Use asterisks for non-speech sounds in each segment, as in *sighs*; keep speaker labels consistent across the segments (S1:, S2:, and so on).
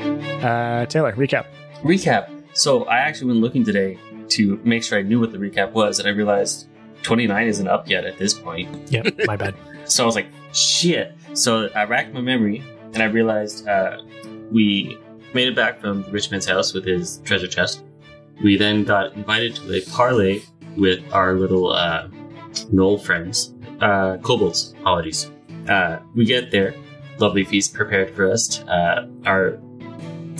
S1: Uh, Taylor, recap.
S2: Recap. So I actually went looking today to make sure I knew what the recap was, and I realized 29 isn't up yet at this point.
S1: Yep, my bad.
S2: So I was like, shit. So I racked my memory, and I realized uh, we made it back from the rich man's house with his treasure chest. We then got invited to a parlay with our little uh, knoll friends, uh, kobolds. Apologies. Uh, we get there, lovely feast prepared for us. Uh, our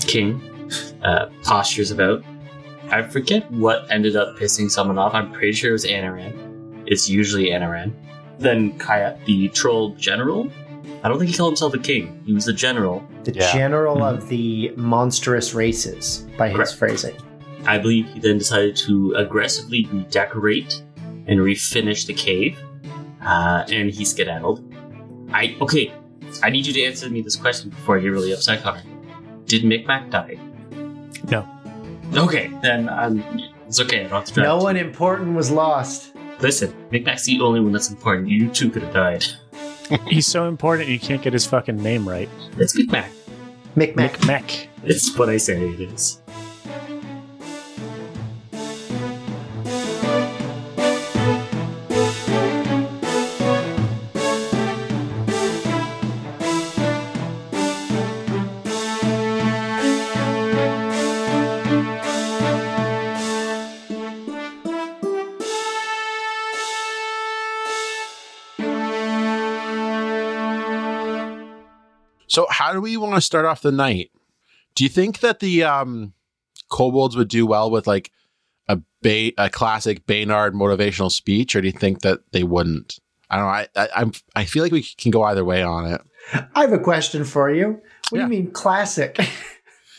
S2: king uh, postures about. I forget what ended up pissing someone off. I'm pretty sure it was Anaran. It's usually Anaran. Then Kaya, the troll general. I don't think he called himself a king. He was the general.
S3: The
S4: Yeah.
S3: general
S2: Mhm.
S3: of the monstrous races, by his
S2: Correct.
S3: phrasing.
S2: I believe he then decided to aggressively redecorate and refinish the cave, uh, and he skedaddled. I okay. I need you to answer me this question before I get really upset, Connor. Did Micmac die?
S1: No.
S2: Okay, then um, it's okay. I don't have to
S3: No
S2: draft.
S3: one important was lost.
S2: Listen, Micmac's the only one that's important. You too could have died.
S1: *laughs* He's so important you can't get his fucking name right.
S2: It's Micmac.
S3: Micmac.
S1: Mcmac.
S2: It's what I say it is.
S4: So, how do we want to start off the night? Do you think that the um, kobolds would do well with like a ba- a classic Baynard motivational speech, or do you think that they wouldn't? I don't know. I, I I'm I feel like we can go either way on it.
S3: I have a question for you. What
S4: Yeah.
S3: do you mean classic?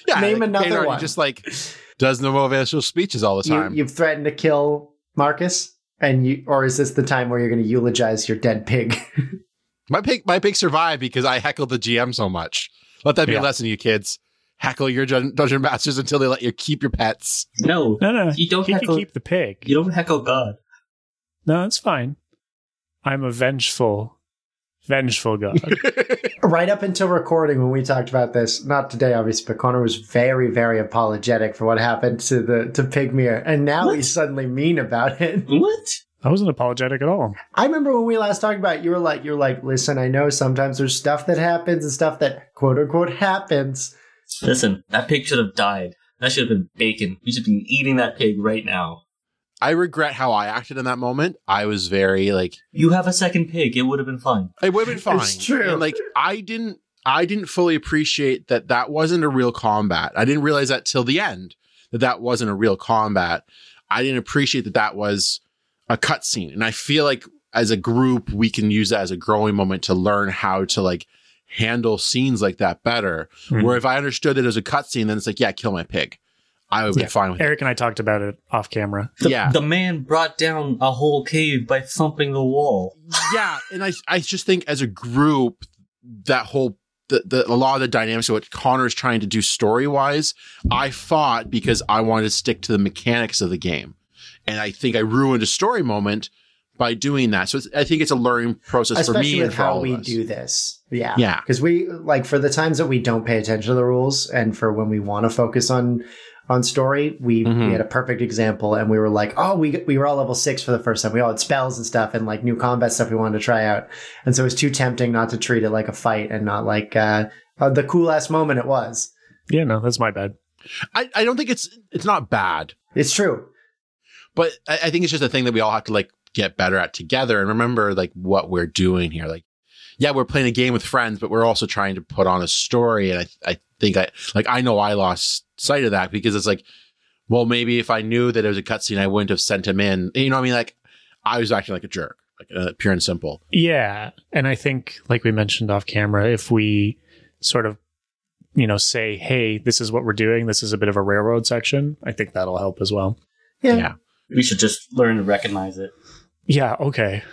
S4: Yeah,
S3: Name
S4: like,
S3: another
S4: Baynard, he
S3: one.
S4: just like does no motivational speeches all the
S3: you,
S4: time.
S3: you've threatened to kill Marcus, and you, or is this the time where you're going to eulogize your dead pig? *laughs*
S4: my pig my pig survived because I heckled the GM so much. Let that be
S1: Yeah.
S4: a lesson, to you kids. Heckle your dun- dungeon masters until they let you keep
S3: *laughs*
S4: your pets.
S1: *laughs*
S2: No,
S1: No, no,
S2: you don't
S1: he can
S2: heckle.
S1: keep the pig.
S2: you don't heckle God.
S1: No, it's fine. I'm a vengeful, vengeful
S4: *laughs*
S1: god.
S3: right up until recording when we talked about this not today obviously but connor was very very apologetic for what happened to the to pygmere and now
S2: What?
S3: he's suddenly mean about it
S2: What?
S1: I wasn't apologetic at all.
S3: i remember when we last talked about it, you were like you're like listen i know sometimes there's stuff that happens and stuff that quote unquote happens
S2: Listen, that pig should have died. That should have been bacon. We should have been eating that pig right now.
S4: I regret how I acted in that moment. I was very like
S2: You have a second pig. It would have been fine.
S4: It would have been fine.
S3: It's true.
S4: And like I didn't, I didn't fully appreciate that that wasn't a real combat. I didn't realize that till the end that that wasn't a real combat. I didn't appreciate that that was a cutscene. And I feel like as a group, we can use that as a growing moment to learn how to like handle scenes like that better.
S1: Hmm.
S4: Where if I understood that it was a cutscene, then it's like, yeah, kill my pig. I would be
S1: Yeah.
S4: fine with it.
S1: Eric and I talked about it off camera.
S2: The,
S4: Yeah.
S2: the man brought down a whole cave by thumping the wall.
S4: yeah and I, I just think as a group that whole the, the a lot of the dynamics of what connor is trying to do story wise i fought because i wanted to stick to the mechanics of the game and i think i ruined a story moment by doing that so it's, i think it's a learning process for
S3: especially
S4: me
S3: with
S4: and for
S3: how
S4: all
S3: we
S4: of us.
S3: do this yeah
S4: yeah
S3: because we like for the times that we don't pay attention to the rules and for when we want to focus on on story we,
S4: Mhm.
S3: we had a perfect example and we were like oh we we were all level six for the first time we all had spells and stuff and like new combat stuff we wanted to try out and so it was too tempting not to treat it like a fight and not like uh, uh the cool ass moment it was
S1: Yeah, no, that's my bad.
S4: I, I don't think it's it's not bad
S3: it's true
S4: but I, I think it's just a thing that we all have to like get better at together and remember like what we're doing here like yeah we're playing a game with friends but we're also trying to put on a story and i, I think i like i know i lost sight of that because it's like well maybe if i knew that it was a cutscene i wouldn't have sent him in you know what i mean like i was acting like a jerk like uh, pure and simple
S1: Yeah, and I think, like we mentioned off camera, if we sort of, you know, say, "Hey, this is what we're doing. This is a bit of a railroad section," I think that'll help as well.
S3: yeah,
S4: Yeah.
S2: We should just learn to recognize it.
S1: Yeah. Okay.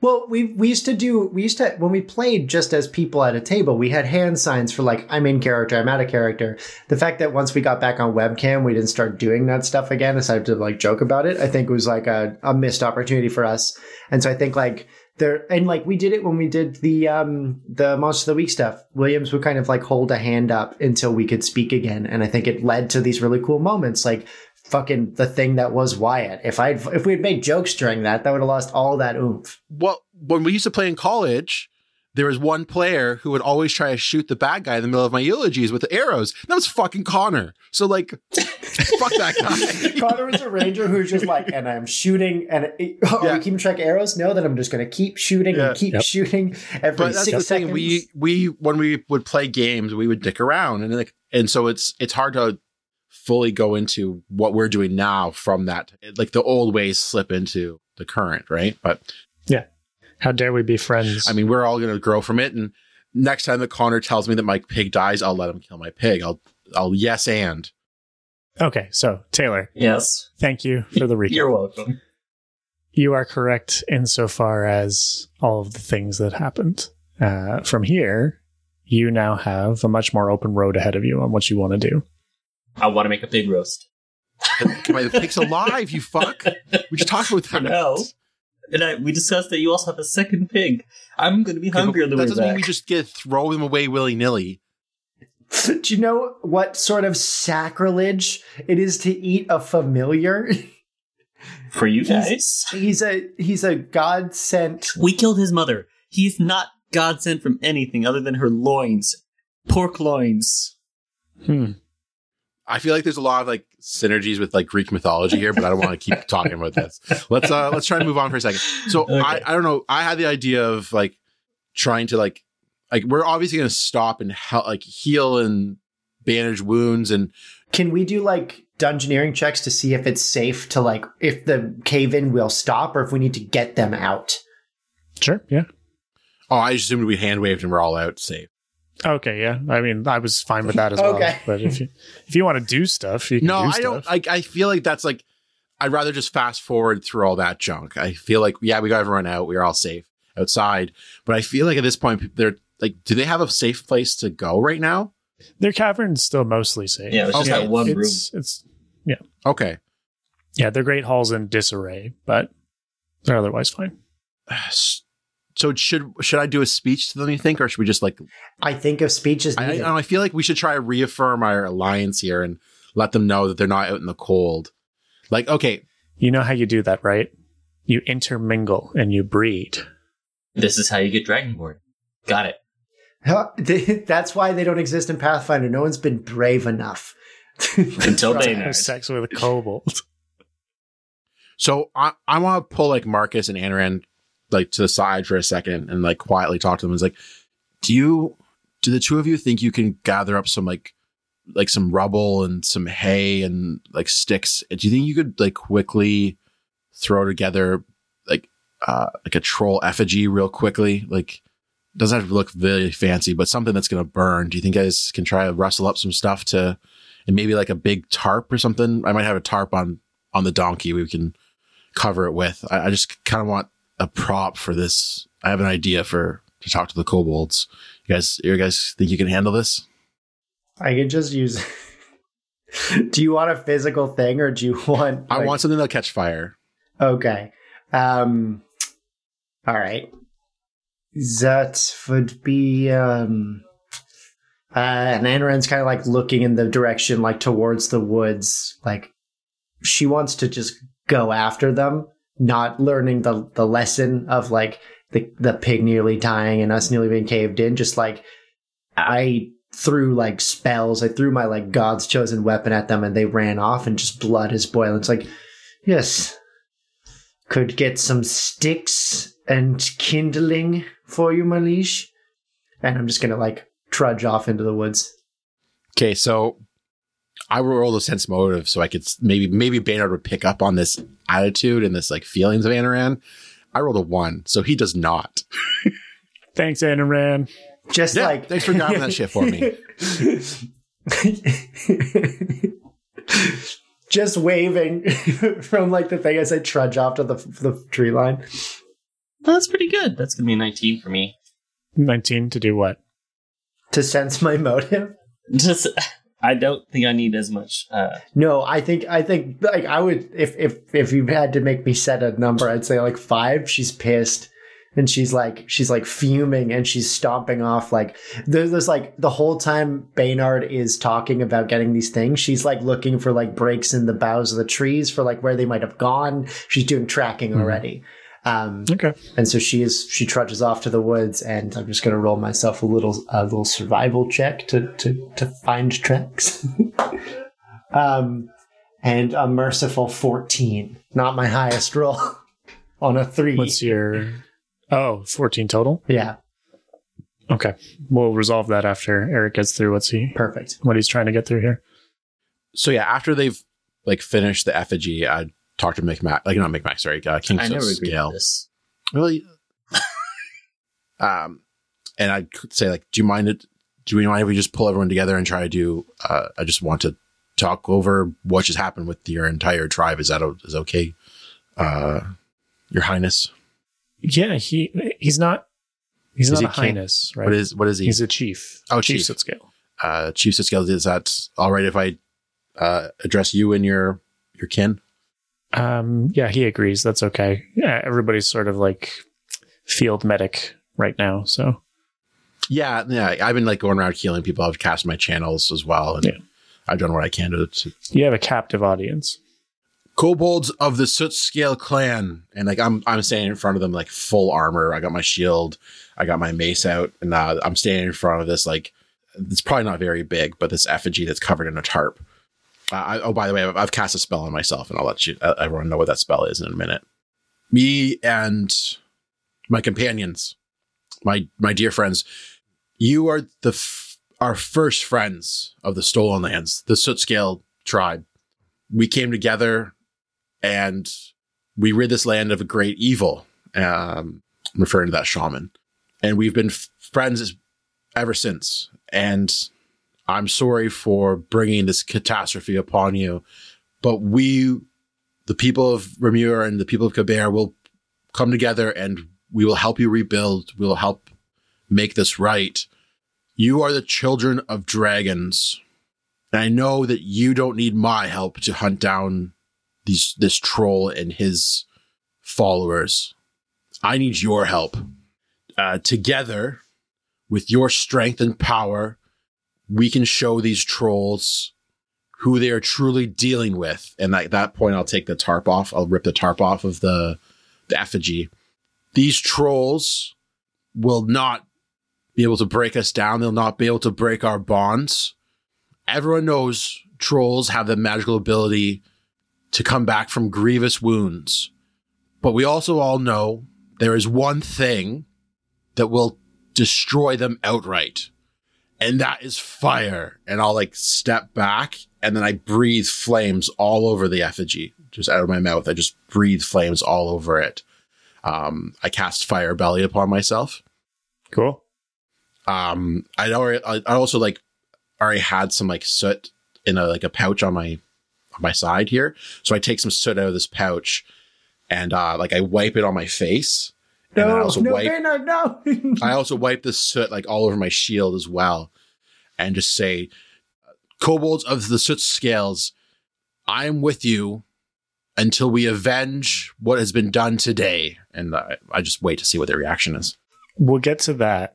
S3: Well, we we used to do we used to when we played just as people at a table, we had hand signs for like I'm in character, I'm out of character. The fact that once we got back on webcam, we didn't start doing that stuff again, aside to like joke about it. I think was like a, a missed opportunity for us, and so I think like there and like we did it when we did the um the monster of the week stuff williams would kind of like hold a hand up until we could speak again and i think it led to these really cool moments like fucking the thing that was wyatt if i if we had made jokes during that that would have lost all that oomph
S4: Well, when we used to play in college, there was one player who would always try to shoot the bad guy in the middle of my eulogies with arrows. And that was fucking Connor. So like, *laughs* fuck that
S3: *laughs*
S4: guy.
S3: Connor was a ranger who's just like, and I'm shooting, and it, oh, are
S4: Yeah.
S3: we keeping track of arrows? No, then I'm just going to keep shooting
S4: Yeah.
S3: and keep
S1: Yep.
S3: shooting every
S4: But that's
S3: six
S4: the
S3: seconds.
S4: thing. We we when we would play games, we would dick around, and like, and so it's it's hard to fully go into what we're doing now from that. Like the old ways slip into the current, right? But
S1: How dare we be friends?
S4: I mean, we're all going to grow from it. And next time that Connor tells me that my pig dies, I'll let him kill my pig. I'll, I'll yes and.
S1: okay, so Taylor,
S2: Yes.
S1: thank you for
S2: *laughs*
S1: the recap.
S2: You're welcome.
S1: you are correct insofar as all of the things that happened. Uh, from here, you now have a much more open road ahead of you on what you want to do.
S2: I want to make a pig roast.
S4: My pig's alive, you fuck. We just talked about that.
S2: No. And I, we discussed that you also have a second pig. I'm going to be
S4: Okay,
S2: hungry on
S4: but
S2: the
S4: that
S2: way
S4: doesn't mean
S2: back.
S4: we just get to throw them away willy nilly.
S3: *laughs* Do you know what sort of sacrilege it is to eat a familiar? *laughs*
S2: For you
S3: He's-
S2: guys.
S3: he's a he's a god sent.
S2: We killed his mother. He's not God sent from anything other than her loins. Pork loins.
S1: Hmm.
S4: I feel like there's a lot of like synergies with like Greek mythology here, but I don't want
S1: *laughs*
S4: to keep talking about this. Let's uh let's try and move on for a second. So I,
S2: Okay.
S4: I don't know. I had the idea of like trying to like like we're obviously gonna stop and help like heal and bandage wounds and
S3: Can we do like dungeoneering checks to see if it's safe to like if the cave in will stop or if we need to get them out?
S1: Sure. Yeah.
S4: oh I just assumed we hand waved and we're all out safe.
S1: Okay. Yeah. I mean, I was fine with that as well.
S3: Okay.
S1: But if you if you want to do stuff, you can
S4: No,
S1: do
S4: I
S1: stuff.
S4: don't. Like, I feel like that's like. I'd rather just fast forward through all that junk. I feel like, yeah, we got everyone out. We're all safe outside. But I feel like at this point, they're like, do they have a safe place to go right now?
S1: Their cavern's still mostly safe.
S2: Yeah, it's
S4: just that
S2: one room.
S1: it's, It's
S4: Okay.
S1: yeah, their great hall's in disarray, but they're otherwise fine.
S4: So should should I do a speech to them? You think, or should we just like?
S3: I think if speech is
S4: I,
S3: needed.
S4: I, I feel like we should try to reaffirm our alliance here and let them know that they're not out in the cold. Like, okay,
S1: You know how you do that, right? You intermingle and you breed.
S2: This is how you get Dragonborn. Got it.
S3: *laughs* Huh, *laughs* That's why they don't exist in Pathfinder. No one's been brave enough. *laughs*
S2: Until they
S1: Have sex with a kobold.
S4: So I, I want to pull like Marcus and Anaran like to the side for a second and like quietly talk to them. It's like, do you, do the two of you think you can gather up some like, like some rubble and some hay and like sticks? Do you think you could like quickly throw together like, uh, like a troll effigy real quickly? Like, doesn't have to look really fancy, but something that's going to burn. Do you think you guys can try to rustle up some stuff to, and maybe like a big tarp or something? I might have a tarp on, on the donkey. We can cover it with. I, I just kind of want a prop for this. I have an idea for to talk to the kobolds. You guys, you guys think you can handle this?
S3: I can just use. *laughs* do you want a physical thing or do you want?
S4: I
S3: like-
S4: want something that'll catch fire.
S3: Okay. Um. All right. That would be um. Uh, and Anaran's kind of like looking in the direction, like towards the woods. Like she wants to just go after them, not learning the the lesson of like the the pig nearly dying and us nearly being caved in. Just like I threw like spells, I threw my like God's chosen weapon at them, and they ran off, and just blood is boiling. It's like yes, could get some sticks and kindling for you, my liege. And I'm just gonna like trudge off into the woods.
S4: Okay, so I will roll a sense motive so I could s- maybe maybe Baynard would pick up on this attitude and this like feelings of Anaran. I rolled a one, so he does not.
S1: Thanks, Anaran.
S3: Just
S4: Yeah,
S3: like
S4: thanks for grabbing that shit for me.
S3: *laughs* just waving *laughs* from like the thing as I trudge off to the the tree line.
S2: Well, that's pretty good. That's going to be a 19 for me. *laughs*
S1: Nineteen to do what?
S3: To sense my motive.
S2: Just, I don't think I need as much. Uh,
S3: No, I think I think like I would if if if you had to make me set a number, I'd say like five. She's pissed, and she's like she's like fuming and she's stomping off like there's, there's like the whole time Baynard is talking about getting these things she's like looking for like breaks in the boughs of the trees for like where they might have gone she's doing tracking
S4: Mhm.
S3: already um
S1: Okay.
S3: and so she is she trudges off to the woods and I'm just gonna roll myself a little a little survival check to to to find tracks *laughs* um and a merciful 14 not my highest roll *laughs* on a 3
S1: What's your Oh, 14 total?
S3: yeah
S1: Okay. We'll resolve that after Eric gets through what's he
S3: perfect
S1: what he's trying to get through here.
S4: So yeah, after they've like finished the effigy, I talked to McMac, like not McMac, sorry, uh, King
S2: I never agreed
S4: Scale.
S2: with this.
S4: Really, um, and I could say like, do you mind it? Do we mind if we just pull everyone together and try to do? Uh, I just want to talk over what just happened with your entire tribe. Is that o- is okay, uh, Your Highness?
S1: Yeah, he he's not he's
S4: Is
S1: not
S4: he
S1: a
S4: king?
S1: highness, right?
S4: What is what is he?
S1: he's a chief.
S4: Oh,
S1: chief
S4: chief.
S1: at scale.
S4: uh, Chief Siskel, is that all right if I uh, address you and your your kin?
S1: Um, yeah, he agrees. That's okay. Yeah, everybody's sort of like field medic right now. So
S4: Yeah, yeah. I've been like going around healing people. I've cast my channels as well, and
S1: Yeah.
S4: I've done what I can to. to
S1: you have a captive audience.
S4: Kobolds of the Soot Scale Clan, and like I'm, I'm standing in front of them like full armor. I got my shield, I got my mace out, and uh, I'm standing in front of this like it's probably not very big, but this effigy that's covered in a tarp. Uh, I, oh, by the way, I've, I've cast a spell on myself, and I'll let you uh, everyone know what that spell is in a minute. Me and my companions, my my dear friends, you are the f- our first friends of the Stolen Lands, the Soot Scale tribe. We came together, and we rid this land of a great evil. Um, I'm referring to that shaman, and we've been f- friends ever since. And I'm sorry for bringing this catastrophe upon you, but we, the people of Remur and the people of Kabir, will come together and we will help you rebuild. We will help make this right. You are the children of dragons. And I know that you don't need my help to hunt down these this troll and his followers. I need your help. Uh, together, with your strength and power, we can show these trolls who they are truly dealing with. And at that point, I'll take the tarp off. I'll rip the tarp off of the, the effigy. These trolls will not be able to break us down. They'll not be able to break our bonds. Everyone knows trolls have the magical ability to come back from grievous wounds. But we also all know there is one thing that will destroy them outright. And that is fire. And I'll like step back and then I breathe flames all over the effigy, just out of my mouth. I just breathe flames all over it. Um, I cast fire belly upon myself.
S1: Cool.
S4: Um, I'd already, I I also like already had some like soot in a like a pouch on my on my side here. So I take some soot out of this pouch and uh like I wipe it on my face. And then I
S3: no
S4: also
S3: no
S4: wipe-
S3: Bernard, no *laughs*
S4: I also wipe the soot like all over my shield as well, and just say, "Kobolds of the soot scales, I am with you until we avenge what has been done today." And uh, I just wait to see what their reaction is.
S1: We'll get to that.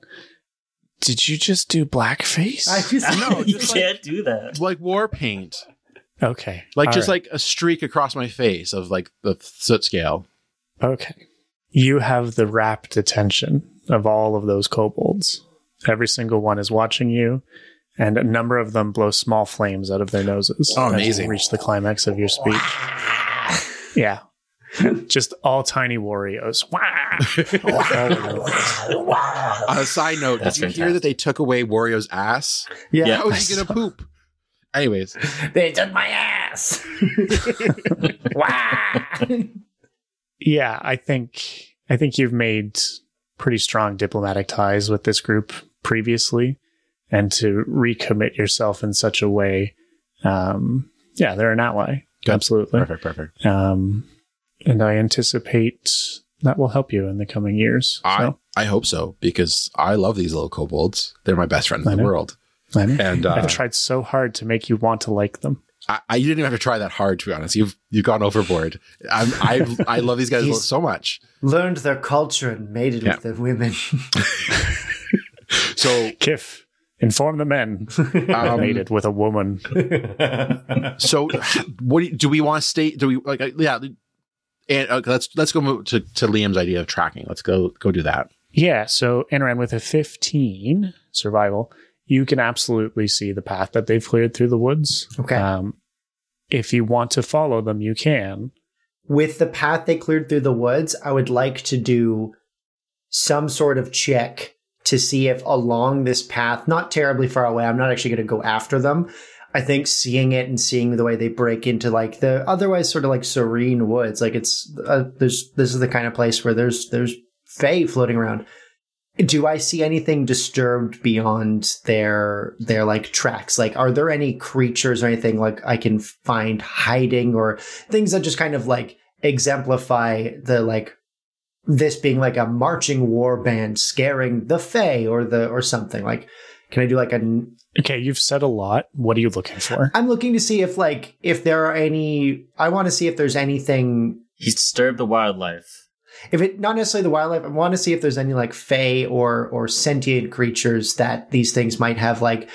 S1: Did you just do blackface?
S3: I
S2: *laughs*
S3: just,
S4: No,
S2: you
S4: just like-
S2: can't do that.
S4: It's like war paint.
S1: okay.
S4: like just like a streak across my face of like the soot scale.
S1: like okay. You have the rapt attention of all of those kobolds. Every single one is watching you, and a number of them blow small flames out of their noses.
S4: Oh,
S1: as you
S4: amazing.
S1: Reach the climax of your speech.
S4: *laughs*
S1: Yeah. Just all tiny Warriors. Wah!
S4: On a side note,
S2: That's
S4: did you hear
S2: fantastic.
S4: that they took away Wario's ass?
S3: yeah
S2: Yeah.
S4: How is he gonna poop? Anyways,
S3: they took my
S4: *laughs*
S3: ass *laughs* wow
S1: yeah, I think I think you've made pretty strong diplomatic ties with this group previously, and to recommit yourself in such a way, um, yeah, they're an ally,
S4: Good.
S1: absolutely,
S4: perfect, perfect.
S1: um, and I anticipate that will help you in the coming years.
S4: I
S1: So,
S4: I hope so because I love these little kobolds. They're my best friend
S1: I
S4: in the
S1: know.
S4: world,
S1: I know.
S4: and uh,
S1: I've tried so hard to make you want to like them.
S4: I, I you didn't even have to try that hard to be honest. You've you've gone overboard. I'm, I I love these guys
S3: He's-
S4: so much.
S3: Learned their culture and mated
S4: Yeah.
S3: with the women.
S4: So
S1: Kif, inform the
S4: *laughs*
S1: men. I
S4: um,
S1: made it with a woman.
S3: *laughs*
S4: so what do, you- do we want to stay? Do we like uh, yeah? And uh, let's let's go move to, to Liam's idea of tracking. Let's go go do that.
S1: Yeah, so Anoran with a 15 survival, you can absolutely see the path that they've cleared through the woods.
S3: Okay.
S1: Um, if you want to follow them, you can.
S3: with the path they cleared through the woods, I would like to do some sort of check to see if along this path, not terribly far away, I'm not actually going to go after them. I think seeing it and seeing the way they break into like the otherwise sort of like serene woods, like it's uh, there's this is the kind of place where there's there's fae floating around. Do I see anything disturbed beyond their their like tracks? Like, are there any creatures or anything like I can find hiding or things that just kind of like exemplify the like this being like a marching war band scaring the fae or the or something like can i do like an
S1: Okay, you've said a lot. What are you looking for?
S3: i'm looking to see if like if there are any i want to see if there's anything
S2: He's disturbed the wildlife.
S3: if it not necessarily the wildlife i want to see if there's any like fae or or sentient creatures that these things might have like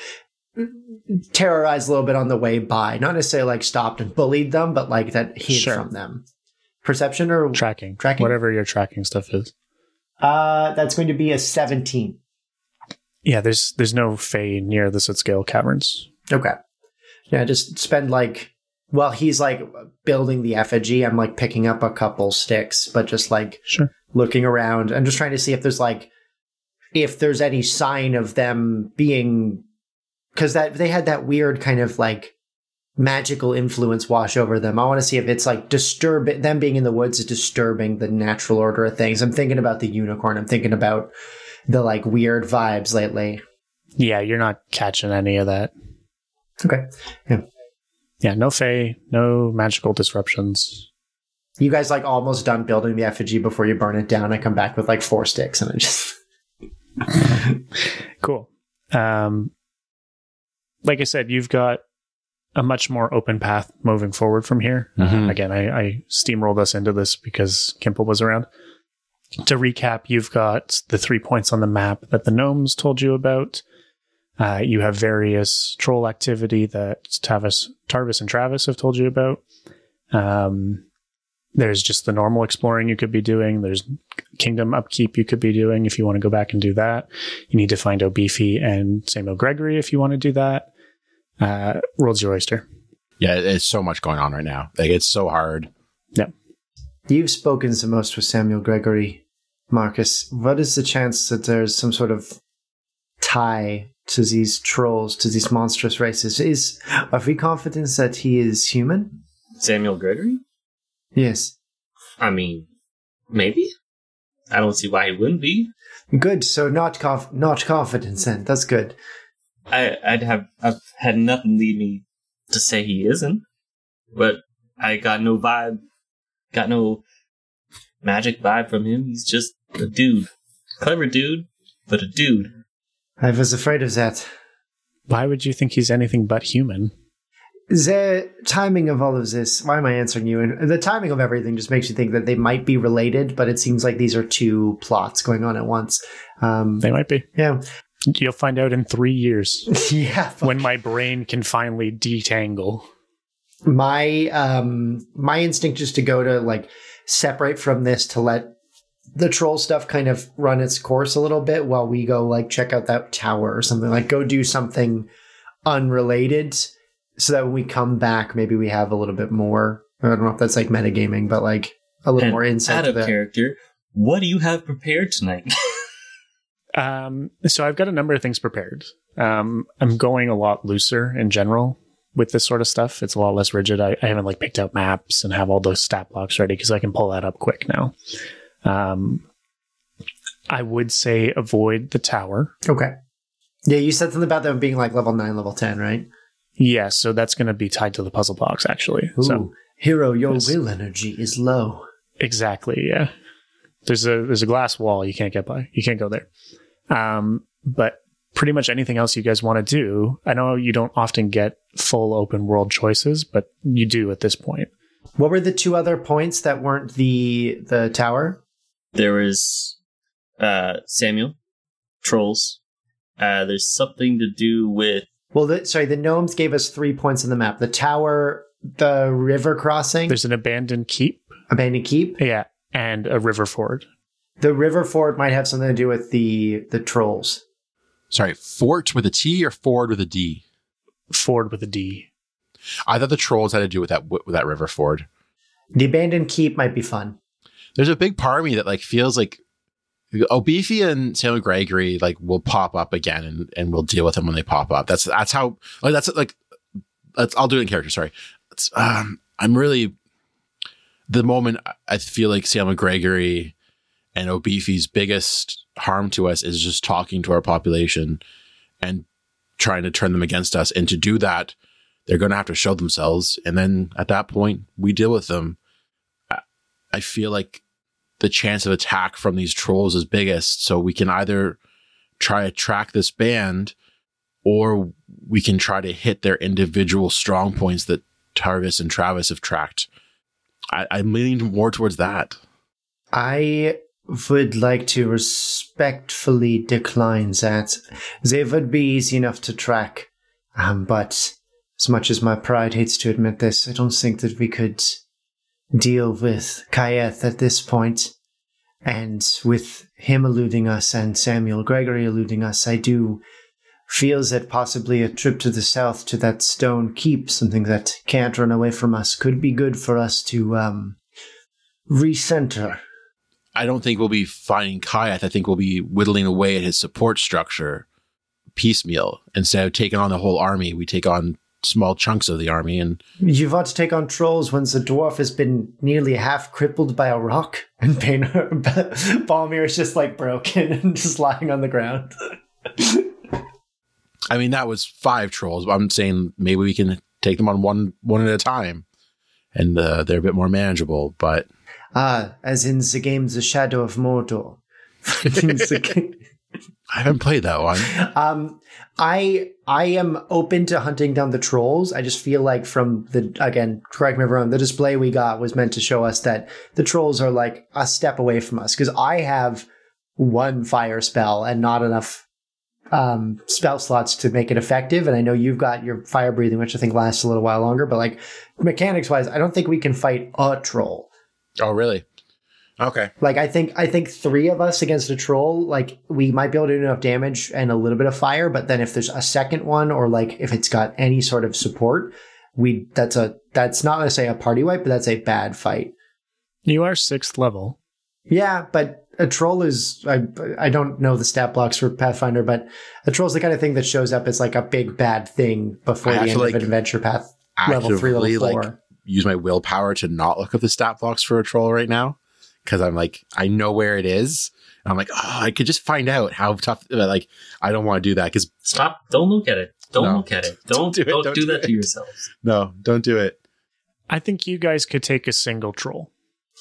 S3: terrorized a little bit on the way by not necessarily like stopped and bullied them but like that hid
S1: Sure.
S3: from them perception or
S1: Tracking.
S3: Tracking?
S1: Whatever your tracking stuff is.
S3: Uh, that's going to be a 17.
S1: Yeah, there's there's no fae near the Sitskale caverns.
S3: Okay. Yeah, just spend like while he's like building the effigy, I'm like picking up a couple sticks, but just like
S1: Sure.
S3: looking around and just trying to see if there's like if there's any sign of them being cuz that they had that weird kind of like magical influence wash over them. I want to see if it's like disturb them being in the woods is disturbing the natural order of things. I'm thinking about the unicorn. I'm thinking about the like weird vibes lately.
S1: Yeah, you're not catching any of that.
S3: Okay.
S1: Yeah, no fae, no magical disruptions.
S3: You guys like almost done building the effigy before you burn it down. I come back with like four sticks and I just *laughs*
S1: Cool. Um, like I said, you've got a much more open path moving forward from here.
S4: Mhm.
S1: Again, I, I steamrolled us into this because Kimple was around. To recap, you've got the three points on the map that the gnomes told you about. Uh, you have various troll activity that Tavis, Tarvis and Travis have told you about. Um, there's just the normal exploring you could be doing. There's kingdom upkeep you could be doing if you want to go back and do that. You need to find Obeefy and Samuel Gregory if you want to do that. Uh, world's your oyster.
S4: Yeah, it's so much going on right now. Like it's so hard.
S3: You've spoken the most with Samuel Gregory, Marcus. What is the chance that there's some sort of tie to these trolls, to these monstrous races? Is are we confident that he is human?
S2: Samuel Gregory?
S3: Yes.
S2: I mean, maybe. I don't see why he wouldn't be.
S3: Good. So not conf- not confident then. That's good.
S2: I, I'd have I've had nothing lead me to say he isn't, but I got no vibe, got no magic vibe from him. He's just a dude, clever dude, but a dude.
S3: I was afraid of that.
S1: Why would you think he's anything but human?
S3: the timing of all of this why am i answering you and the timing of everything just makes you think that they might be related but it seems like these are two plots going on at once um
S1: They might be.
S3: yeah *laughs*
S1: You'll find out in three years
S3: yeah
S1: when my brain can finally detangle.
S3: my um my instinct is to go to like separate from this to let the troll stuff kind of run its course a little bit while we go like check out that tower or something like go do something unrelated so that when we come back maybe we have a little bit more i don't know if that's like metagaming but like a little
S2: And
S3: more insight
S2: out
S3: to
S2: of
S3: that.
S2: character. What do you have prepared tonight? *laughs*
S1: Um, so I've got a number of things prepared. Um, I'm going a lot looser in general with this sort of stuff. It's a lot less rigid. I, I haven't like picked out maps and have all those stat blocks ready because I can pull that up quick now. Um, I would say avoid the tower.
S3: Okay. Yeah, you said something about them being like level nine, level ten, right?
S1: Yeah, so that's going to be tied to the puzzle box actually. So
S3: hero, your
S1: Yes.
S3: will energy is low.
S1: Exactly. Yeah. There's a there's a glass wall you can't get by. You can't go there. Um, but pretty much anything else you guys want to do. I know you don't often get full open world choices, but you do at this point.
S3: What were the two other points that weren't the the tower?
S2: There was uh, Samuel, trolls. Uh, there's something to do with
S3: Well, the, sorry, the gnomes gave us three points on the map: the tower, the river crossing,
S1: There's an abandoned keep,
S3: abandoned keep.
S1: yeah, and a river ford.
S3: The river ford might have something to do with the the trolls.
S4: Sorry, fort with a T or ford with a D?
S1: Ford with a D.
S4: I thought the trolls had to do with that with that river ford.
S3: The abandoned keep might be fun.
S4: There's a big part of me that like feels like Obefi and Samuel Gregory like will pop up again and, and we'll deal with them when they pop up. That's that's how like that's like that's, I'll do it in character. Sorry, it's, um, I'm really the moment I- I feel like Samuel Gregory and Obefi's biggest harm to us is just talking to our population and trying to turn them against us. And to do that, they're going to have to show themselves. And then at that point, we deal with them. I, I feel like the chance of attack from these trolls is biggest. So we can either try to track this band or we can try to hit their individual strong points that Tarvis and Travis have tracked. I, I'm leaning more towards that.
S3: I would like to respectfully decline that. They would be easy enough to track, um, but as much as my pride hates to admit this, I don't think that we could deal with Kayeth at this point. And with him eluding us and Samuel Gregory eluding us, I do feel that possibly a trip to the south to that stone keep, something that can't run away from us, could be good for us to um, recenter.
S4: I don't think we'll be finding Kayath. I think we'll be whittling away at his support structure piecemeal. Instead of taking on the whole army, we take on small chunks of the army. And
S3: You've ought to take on trolls when the dwarf has been nearly half crippled by a rock, *laughs* and Pain- Balmir is just like broken and *laughs* just lying on the ground.
S4: I mean, that was five trolls. But I'm saying maybe we can take them on one one at a time, and uh, they're a bit more manageable. But
S3: Ah, as in the game The Shadow of Mordor. *laughs* In the game-
S4: I haven't played that one.
S3: um, I I am open to hunting down the trolls. I just feel like from the again, correct me if I'm wrong. The display we got was meant to show us that the trolls are like a step away from us because I have one fire spell and not enough um, spell slots to make it effective. And I know you've got your fire breathing, which I think lasts a little while longer. But like mechanics wise, I don't think we can fight a troll.
S4: Oh, really? Okay.
S3: Like I think I think three of us against a troll, like we might be able to do enough damage and a little bit of fire, but then if there's a second one or like if it's got any sort of support, we that's a that's not necessarily a party wipe, but that's a bad fight.
S1: You are sixth level.
S3: Yeah, but a troll is I I don't know the stat blocks for Pathfinder, but a troll's the kind of thing that shows up as like a big bad thing before
S4: I
S3: the
S4: have
S3: end
S4: to,
S3: of
S4: like,
S3: an adventure path level three,
S4: Actively,
S3: level four.
S4: like, use my willpower to not look up the stat blocks for a troll right now because I'm like, I know where it is. And I'm like, oh, I could just find out how tough. but, Like, I don't want to do that because
S2: stop. Don't look at it. Don't
S4: No.
S2: look at it. *laughs* Don't
S4: do
S2: do
S4: it.
S2: Don't,
S4: Don't
S2: do
S4: do
S2: that
S4: it.
S2: to yourselves.
S4: no, don't do it.
S1: I think you guys could take a single troll.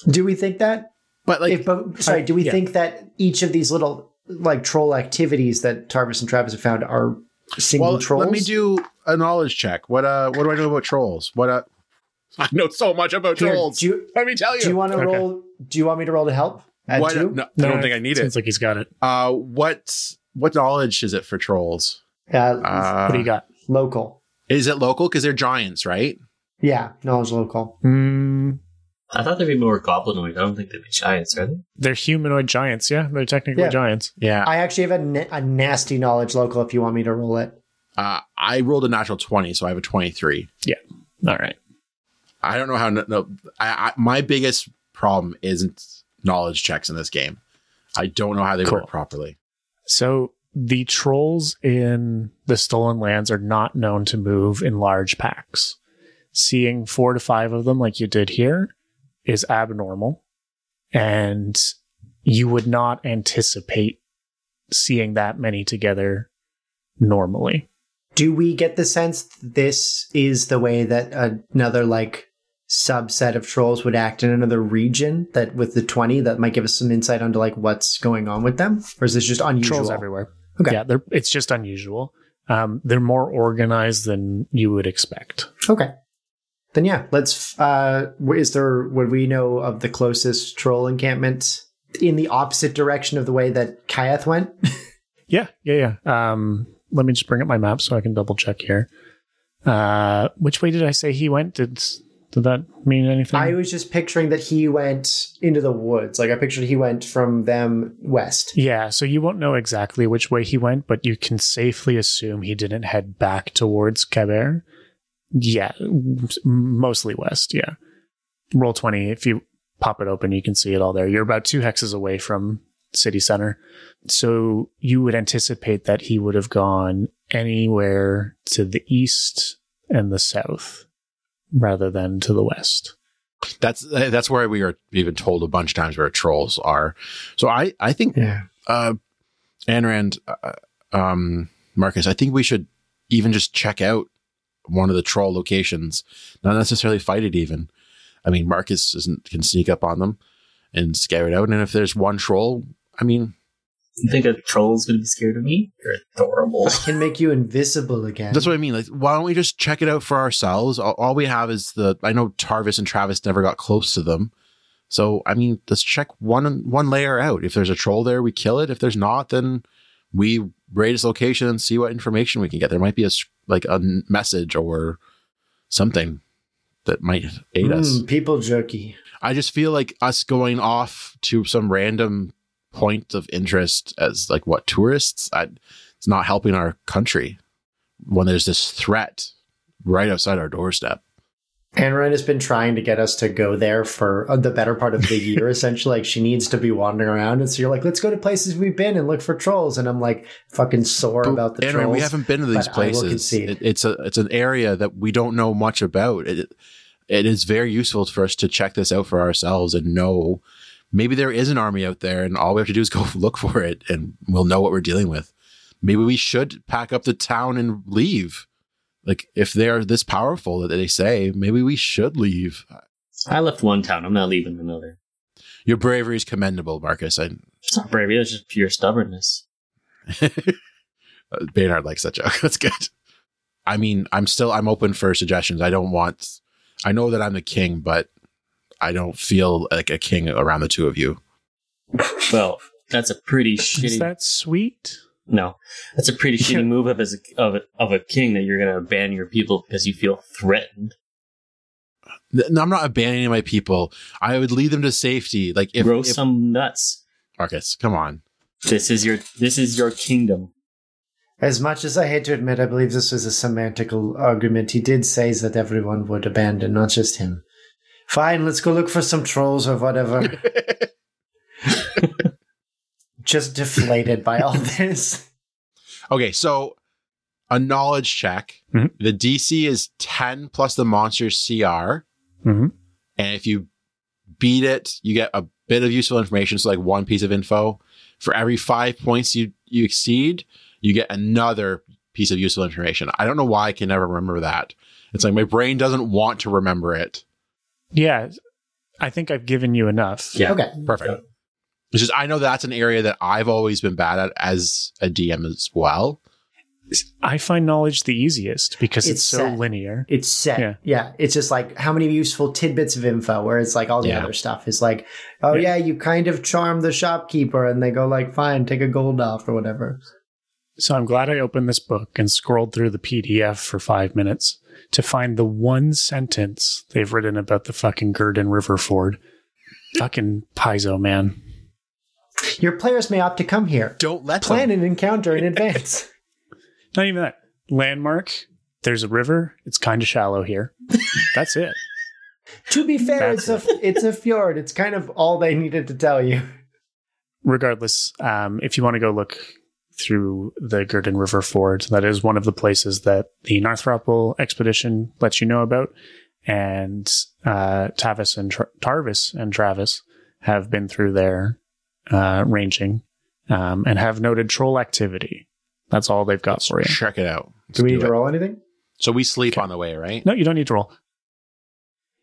S3: do we think that?
S4: But like,
S3: if, but, sorry,
S1: I-
S3: do we
S1: yeah.
S3: think that each of these little like troll activities that Tarvis and Travis have found are single
S4: well,
S3: trolls?
S4: let me do a knowledge check. What uh, what do I know about trolls? What uh, *laughs* I know so much about
S3: Here,
S4: trolls.
S3: Do you,
S4: let me tell you.
S3: do you want to
S1: Okay.
S3: roll? Do you want me to roll to help? Add
S4: what,
S3: two?
S4: no, I don't think I need
S1: Sounds
S4: it.
S1: like he's got it.
S4: uh, what what knowledge is it for trolls?
S3: Uh,
S4: Uh,
S1: what do you got?
S3: local.
S4: Is it local? Because they're giants, right?
S3: Yeah, knowledge local.
S1: Mm,
S2: I thought they'd be more goblinoid. I don't think they'd be giants, are they?
S1: they're humanoid giants. Yeah, they're technically
S3: Yeah.
S1: giants.
S4: Yeah.
S3: I actually have a, na- a nasty knowledge local. If you want me to roll it,
S4: Uh, I rolled a natural 20, so I have a 23.
S1: All right.
S4: I don't know how. No, no, I, I, my biggest problem isn't knowledge checks in this game. I don't know how they
S1: Cool.
S4: work properly.
S1: So the trolls in the stolen lands are not known to move in large packs. Seeing four to five of them, like you did here, is abnormal. And you would not anticipate seeing that many together normally.
S3: do we get the sense this is the way that another like subset of trolls would act in another region? That with the twenty, that might give us some insight onto like what's going on with them, or is this just unusual?
S1: Trolls everywhere.
S3: Okay.
S1: Yeah, they're, it's just unusual. Um, they're more organized than you would expect.
S3: Okay. Then yeah, let's. Uh, wh- is there what we know of the closest troll encampment in the opposite direction of the way that Kyath went?
S1: Yeah, yeah, yeah. Um, let me just bring up my map so I can double check here. Uh, which way did I say he went? Did did that mean anything?
S3: I was just picturing that he went into the woods. Like I pictured he went from them west.
S1: yeah, so you won't know exactly which way he went, but you can safely assume he didn't head back towards Caber. Yeah, m- mostly west. Yeah, roll twenty. If you pop it open, you can see it all there. You're about two hexes away from city center, so you would anticipate that he would have gone anywhere to the east and the south, rather than to the west.
S4: That's uh, that's where we are even told a bunch of times where trolls are. So I I think
S3: Yeah.
S4: uh Anrand uh, um Marcus, I think we should even just check out one of the troll locations, not necessarily fight it even. I mean, Marcus isn't, can sneak up on them and scare it out and if there's one troll, I mean,
S2: You think a troll's gonna be scared of me? You're *laughs* adorable.
S3: I can make you invisible again.
S4: That's what I mean. Like, why don't we just check it out for ourselves? All, all we have is the. I know Tarvis and Travis never got close to them, so I mean, let's check one one layer out. If there's a troll there, we kill it. If there's not, then we raid its location and see what information we can get. There might be a s- like a n- message or something that might aid us.
S3: Mm, people jerky.
S4: I just feel like us going off to some random point of interest as like what tourists, I, it's not helping our country when there's this threat right outside our doorstep.
S3: Anran has been trying to get us to go there for uh, the better part
S4: *laughs*
S3: of the year, essentially. Like, she needs to be wandering around. And so you're like, let's go to places we've been and look for trolls. And I'm like, fucking sore about the
S4: But, Aaron,
S3: trolls.
S4: we haven't been to these
S3: but I will
S4: places.
S3: concede.
S4: It, it's a it's an area that we don't know much about. It, it is very useful for us to check this out for ourselves and know maybe there is an army out there and all we have to do is go *laughs* look for it and we'll know what we're dealing with. Maybe we should pack up the town and leave. Like if they're this powerful that they say, maybe we should leave.
S2: I left one town. I'm not leaving another.
S4: Your bravery is commendable, Marcus. I,
S2: It's not bravery. It's just pure stubbornness.
S4: *laughs* Uh, Baynard likes that joke. *laughs* That's good. I mean, I'm still I'm open for suggestions. I don't want. I know that I'm the king, but I don't feel like a king around the two of you.
S2: Well, that's a pretty
S1: Is
S2: shitty.
S1: that sweet?
S2: no, that's a pretty
S1: Yeah.
S2: shitty move of as a, of a, of a king that you're gonna ban your people because you feel threatened.
S4: Th- No, I'm not abandoning my people. I would lead them to safety. Like if,
S2: Grow
S4: if
S2: some nuts.
S4: Marcus, come on.
S2: This is your this is your kingdom.
S3: As much as I hate to admit, I believe this was a semantical argument. He did say that everyone would abandon, not just him. Fine, let's go look for some trolls or
S4: *laughs*
S3: whatever. just deflated by all this.
S4: Okay, so a knowledge check.
S1: Mhm.
S2: Mm-hmm.
S4: The DC is 10 plus the monster's CR.
S2: Mm-hmm.
S1: hmm
S4: And if you beat it, you get a bit of useful information. So like one piece of info. For every five points you you exceed, you get another piece of useful information. I don't know why I can never remember that. It's like my brain doesn't want to remember it.
S1: Yeah, I think I've given you enough.
S2: Yeah.
S3: Okay.
S4: Perfect.
S2: Yeah.
S4: It's just I know that's an area that I've always been bad at as a DM as well.
S1: I find knowledge the easiest because it's,
S3: It's
S1: so
S3: set.
S1: linear.
S3: It's set.
S1: Yeah.
S3: Yeah. It's just like how many useful tidbits of info where it's like all the
S4: Yeah.
S3: other stuff is like, oh yeah.
S1: Yeah.
S3: you kind of charm the shopkeeper and they go like, fine, take a gold off or whatever.
S1: So I'm glad I opened this book and scrolled through the PDF for five minutes to find the one sentence they've written about the fucking Gurdon River Ford. fucking Paizo, man.
S3: Your players may opt to come here.
S4: Don't let
S3: Plan an encounter in advance.
S1: Not even that. Landmark. There's a river. It's kind of shallow here. That's it.
S3: to be fair,
S1: That's
S3: it's a it's a fjord. It's kind of all they needed to tell you.
S1: regardless, um, if you want to go look through the Gurdon River Ford, that is one of the places that the Northrop expedition lets you know about. And uh, Tavis and Tra- Tarvis and Travis have been through there uh, ranging um, and have noted troll activity. That's all they've got for you.
S4: Check it out.
S3: Do we need
S4: do
S3: to
S4: it.
S3: roll anything?
S4: So we sleep on the way, right?
S1: No, you don't need to roll.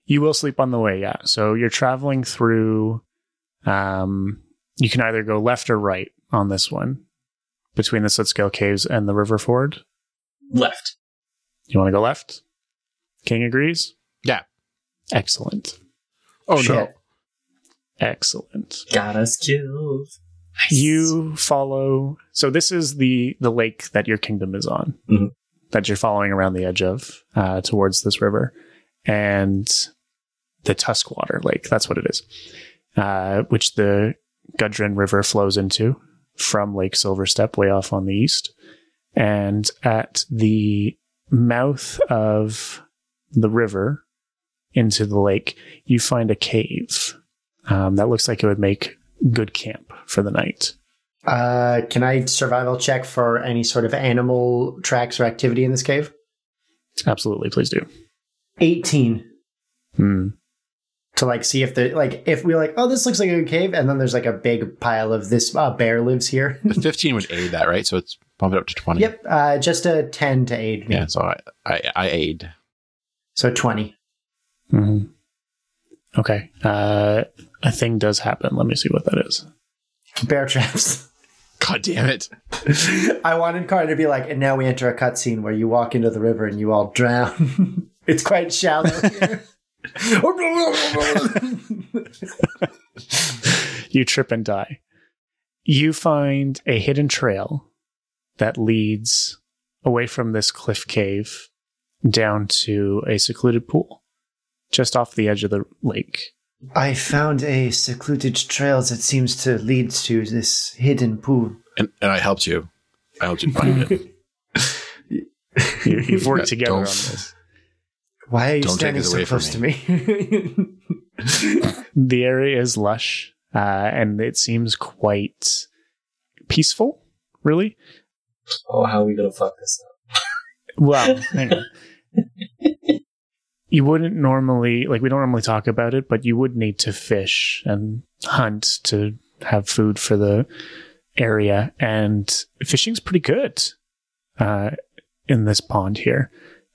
S1: You will sleep on the way, yeah. So you're traveling through. Um, you can either go left or right on this one, between the Sootscale Caves and the River Ford.
S2: Left.
S1: You want to go left? King agrees?
S4: Yeah.
S1: Excellent.
S4: Oh
S3: Shit.
S1: Excellent.
S2: Got us killed.
S1: You follow so this is the the lake that your kingdom is on
S2: Mhm.
S1: that you're following around the edge of uh, towards this river and the Tuskwater Lake, that's what it is. Uh, which the Gudrun River flows into from Lake Silverstep way off on the east. And at the mouth of the river into the lake, you find a cave um, that looks like it would make good camp for the night.
S3: Uh, can I survival check for any sort of animal tracks or activity in this cave?
S1: Absolutely, please do.
S3: 18.
S1: Hmm.
S3: To like see if the like if we like oh this looks like a cave and then there's like a big pile of this uh, bear lives
S4: *laughs*
S3: here.
S4: The 15 would aid that, right? So it's bump it up to 20.
S3: yep, uh, just a 10 to aid me.
S4: Yeah. So I, I, I aid.
S3: So 20.
S1: hmm Okay. Uh, a thing does happen. Let me see what that is. *laughs*
S3: Bear traps. *laughs*
S4: God damn it.
S3: I wanted Carter to be like, and now we enter a cutscene where you walk into the river and you all drown. *laughs* it's quite shallow
S4: *laughs*
S3: here. *laughs*
S1: you trip and die. You find a hidden trail that leads away from this cliff cave down to a secluded pool just off the edge of the lake.
S3: I found a secluded trail that seems to lead to this hidden pool.
S4: And, and I helped you. I helped you find it.
S3: *laughs*
S1: You, you've worked
S4: Yeah,
S1: together
S4: don't-
S1: on this.
S3: Why are you
S4: Don't take
S3: standing
S4: this
S3: so
S4: away from
S3: close to me? *laughs*
S1: The area is lush uh, and it seems quite peaceful, really.
S2: Oh, how are we gonna fuck this up?
S1: Well, hang on. You wouldn't normally like we don't normally talk about it, but you would need to fish and hunt to have food for the area, and fishing's pretty good uh, in this pond here.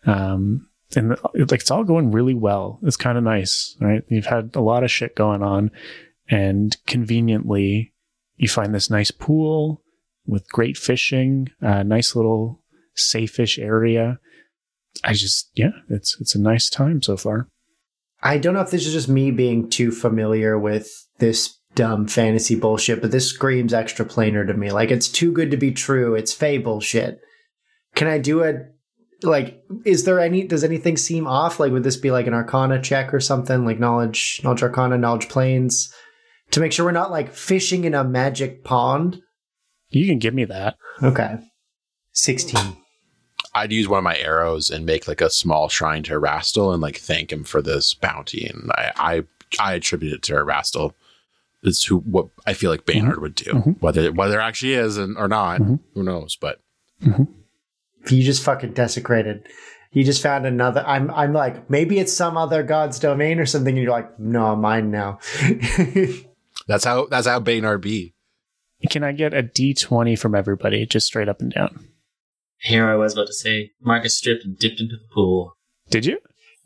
S1: Um, and the, like it's all going really well. It's kind of nice, right? You've had a lot of shit going on, and conveniently, you find this nice pool with great fishing, uh, nice little safe-ish area. I just, yeah, it's it's a nice time so far.
S3: I don't know if this is just me being too familiar with this dumb fantasy bullshit, but this screams extra planar to me. Like it's too good to be true. It's fable shit. Can I do a like is there any does anything seem off? Like would this be like an arcana check or something? Like knowledge knowledge arcana, knowledge planes? To make sure we're not like fishing in a magic pond.
S1: You can give me that.
S3: Okay. Sixteen.
S4: I'd use one of my arrows and make like a small shrine to Erastil and like thank him for this bounty. And I, I, I attribute it to Erastil. It's who what I feel like
S3: Mm-hmm.
S4: Baynard would do,
S1: Mhm.
S4: whether whether there actually is and, or not,
S1: Mhm.
S4: who knows? But
S3: You just fucking desecrated. You just found another. I'm. I'm like maybe it's some other god's domain or something. And you're like, no, mine now. *laughs*
S4: that's how that's how Baynard be.
S1: Can I get a D twenty from everybody, just straight up and down?
S2: Here I was about to say, Marcus stripped and dipped into the pool.
S1: Did you?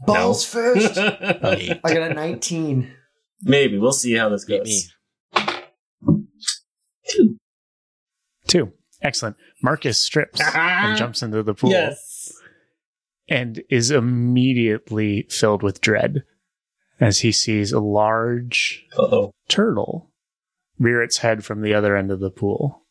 S3: Balls first.
S2: *laughs*
S4: Eight.
S3: I got a 19.
S2: Maybe we'll see how this
S4: Beat
S2: goes.
S4: me.
S1: Two. Excellent. Marcus
S2: *laughs*
S1: strips and jumps into the pool
S2: Yes.
S1: and is immediately filled with dread as he sees a large
S2: Oh,
S1: turtle rear its head from the other end of the pool.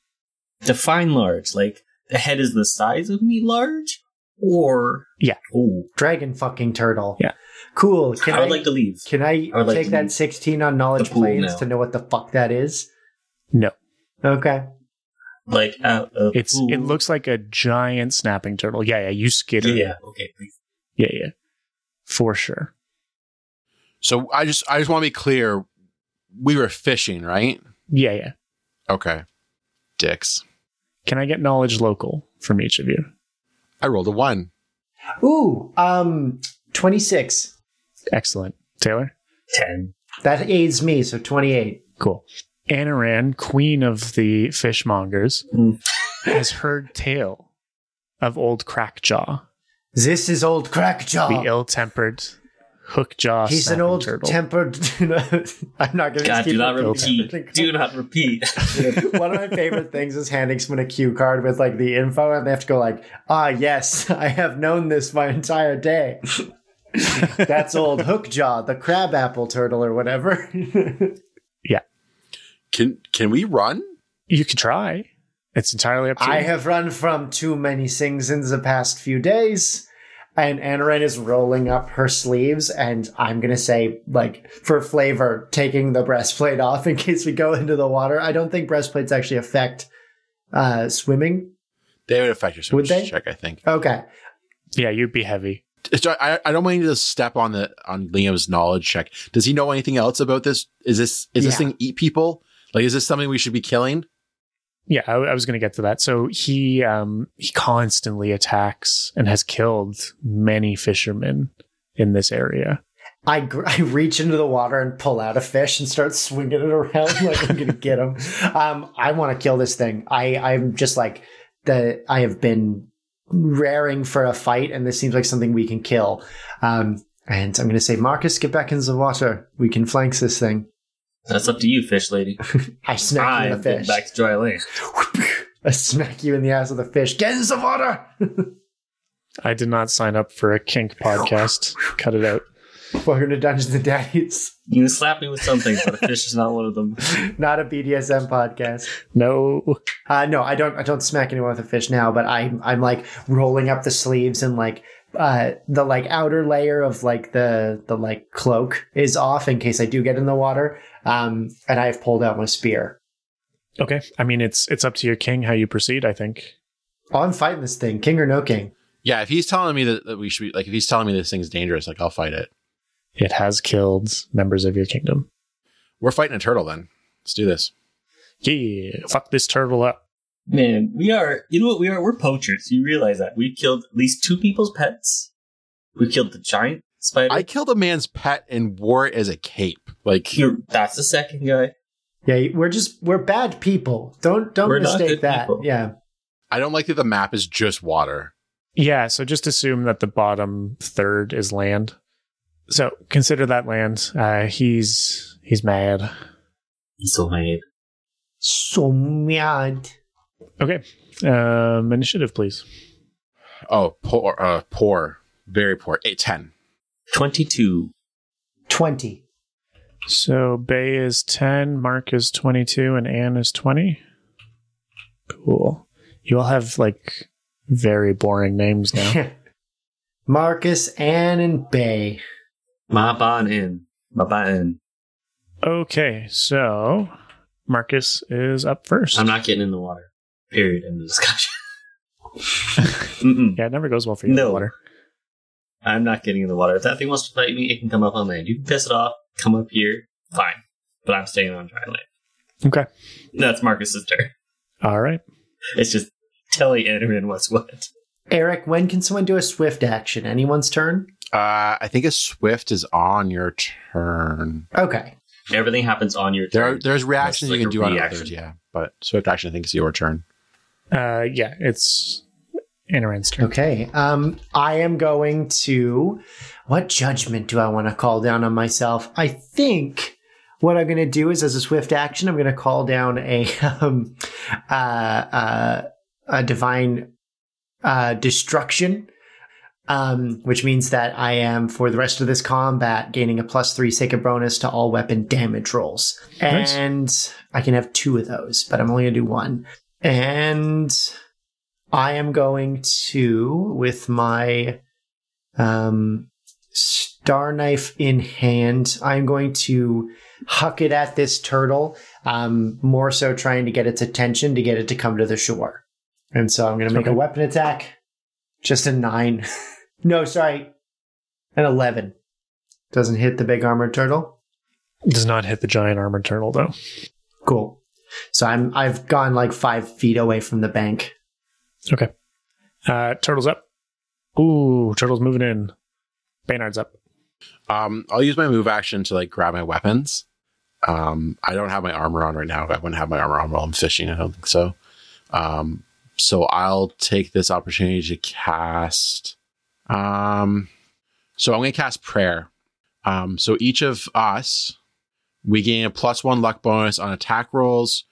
S2: define large. Like the head is the size of me large, or
S1: Yeah.
S2: Oh,
S3: Dragon fucking turtle.
S1: Yeah.
S3: Cool. Can
S2: I
S3: I,
S2: would like to leave.
S3: can I,
S2: I would like
S3: take
S2: to
S3: that
S2: leave
S3: 16 on knowledge
S2: the pool
S3: planes
S2: now.
S3: to know what the fuck that is?
S1: No.
S3: Okay.
S2: Like uh, out of
S1: It's
S2: pool.
S1: it looks like a giant snapping turtle. Yeah, yeah, you skid her.
S2: Yeah. Okay. please.
S1: yeah, yeah. For sure.
S4: So I just I just want to be clear. We were fishing, right?
S1: Yeah, yeah.
S4: Okay. Dicks.
S1: Can I get knowledge local from each of you?
S4: I rolled a one.
S3: Ooh, um, 26.
S1: Excellent. Taylor?
S2: Ten.
S3: That aids me, so 28.
S1: Cool. Anaran, queen of the fishmongers,
S2: Mm.
S1: has heard tale of old Crackjaw,
S3: This is old
S1: the
S3: Crackjaw.
S1: ill tempered hook jaw.
S3: Ah. He's an
S1: snapping
S3: old
S1: turtle.
S3: tempered. *laughs* I'm not going to
S2: God,
S3: keep
S2: do not
S3: repeating *laughs*
S2: repeat. Do not repeat.
S3: One of my favorite things is handing someone a cue card with like the info, and they have to go like, "Ah, yes, *laughs* I have known this my entire day." *laughs* That's old Hookjaw, the crabapple turtle, or whatever.
S4: Can can we run?
S1: you could try. It's entirely up to
S3: I
S1: you.
S3: have run from too many things in the past few days. And Anoran is rolling up her sleeves, and I'm gonna say, like, for flavor, taking the breastplate off in case we go into the water. I don't think breastplates actually affect uh, swimming.
S4: They would affect your
S3: Would
S4: swimming
S3: they?
S4: check, I think.
S3: Okay,
S1: yeah, you'd be heavy.
S4: So I, I don't want you to step on the on Liam's knowledge check. Does he know anything else about this? Is this is this
S3: Yeah.
S4: thing eat people? Like is this something we should be killing?
S1: Yeah, I, I was going to get to that. So he um, he constantly attacks and has killed many fishermen in this area.
S3: I, gr- *laughs* I reach into the water and pull out a fish and start swinging it around *laughs* like I'm gonna get him. Um, I want to kill this thing. I I'm just like the I have been raring for a fight, and this seems like something we can kill. Um, and I'm gonna say, Marcus, get back into the water. We can flank this thing.
S2: That's up to you, fish lady.
S3: I smack you in
S2: I'm
S3: the fish.
S2: getting back to dry land.
S3: *laughs* I smack you in the ass with a fish. Get in the water. *laughs*
S1: I did not sign up for a kink podcast. Cut it out.
S3: Welcome to Dungeons and Daddies,
S2: You can slap me with something, but a fish is not one of them.
S3: *laughs* not a BDSM podcast.
S1: No.
S3: Uh, no, I don't. I don't smack anyone with a fish now, but I'm I'm like rolling up the sleeves and like uh, the like outer layer of like the the like cloak is off in case I do get in the water. Um, and I've pulled out my spear.
S1: Okay. I mean, it's it's up to your king how you proceed. I think.
S3: Oh, I'm fighting this thing, king or no king.
S4: Yeah, if he's telling me that, that we should be like if he's telling me this thing's dangerous, like I'll fight it.
S1: It has killed members of your kingdom.
S4: We're fighting a turtle then. Let's do this.
S1: Yeah, fuck this turtle up.
S2: Man, we are. You know what we are? We're poachers. You realize that we've killed at least two people's pets. We killed the giant spider.
S4: I killed a man's pet and wore it as a cape. Like
S2: You're- that's the second guy.
S3: Yeah, we're just we're bad people. Don't don't
S2: We're not
S3: mistake
S2: good
S3: that.
S2: people.
S3: Yeah,
S4: I don't like that the map is just water.
S1: Yeah, so just assume that the bottom third is land. So consider that land. Uh, he's he's mad.
S2: He's so mad.
S3: so mad.
S1: Okay, um, initiative, please.
S4: Oh, poor, uh, poor, very poor. Eight ten.
S2: Twenty-two.
S3: Twenty.
S1: So Bay is ten, Mark is twenty-two, and Anne is twenty. Cool. You all have like very boring names now.
S3: *laughs* Marcus, Anne, and Bay.
S2: My ban in. My ban in.
S1: okay, so Marcus is up first.
S2: I'm not getting in the water. Period. End of discussion. Mm-mm.
S1: Yeah, it never goes well for you.
S2: No.
S1: in the water.
S2: I'm not getting in the water. If that thing wants to fight me, it can come up on land. You can piss it off. Come up here. Fine. But I'm staying on dry land.
S1: Okay.
S2: That's Marcus's turn.
S1: All right.
S2: It's just telling Ederman what's what.
S3: Eric, when can someone do a swift action? Anyone's turn.
S4: Uh, I think a swift is on your turn.
S3: Okay.
S2: Everything happens on your
S4: There,
S2: turn.
S4: are, there's reactions
S2: like
S4: you
S2: a
S4: can do on
S2: reaction.
S4: others, yeah. But swift action, I think, is your turn.
S1: Uh, yeah, it's Anoran's turn.
S3: Okay. Um, I am going to. What judgment do I want to call down on myself? I think what I'm going to do is, as a swift action, I'm going to call down a *laughs* um, uh, uh, a divine uh, destruction. Um, which means that I am for the rest of this combat gaining a plus three sacred bonus to all weapon damage rolls,
S1: Nice.
S3: and I can have two of those, but I'm only gonna do one. And I am going to, with my um, star knife in hand, I'm going to huck it at this turtle, um, more so trying to get its attention to get it to come to the shore. And so I'm going to make a
S1: Okay.
S3: weapon attack. Just a nine. *laughs* no, sorry. An 11. Doesn't hit the big armored turtle.
S1: Does not hit the giant armored turtle though.
S3: Cool. So I'm I've gone like five feet away from the bank.
S1: Uh, turtle's up. Ooh, turtle's moving in. Baynard's up.
S4: Um, I'll use my move action to like grab my weapons. Um, I don't have my armor on right now. I wouldn't have my armor on while I'm fishing. I don't think so. Um, so I'll take this opportunity to cast. Um, so I'm going to cast prayer. Um, so each of us, we gain a plus one luck bonus on attack rolls,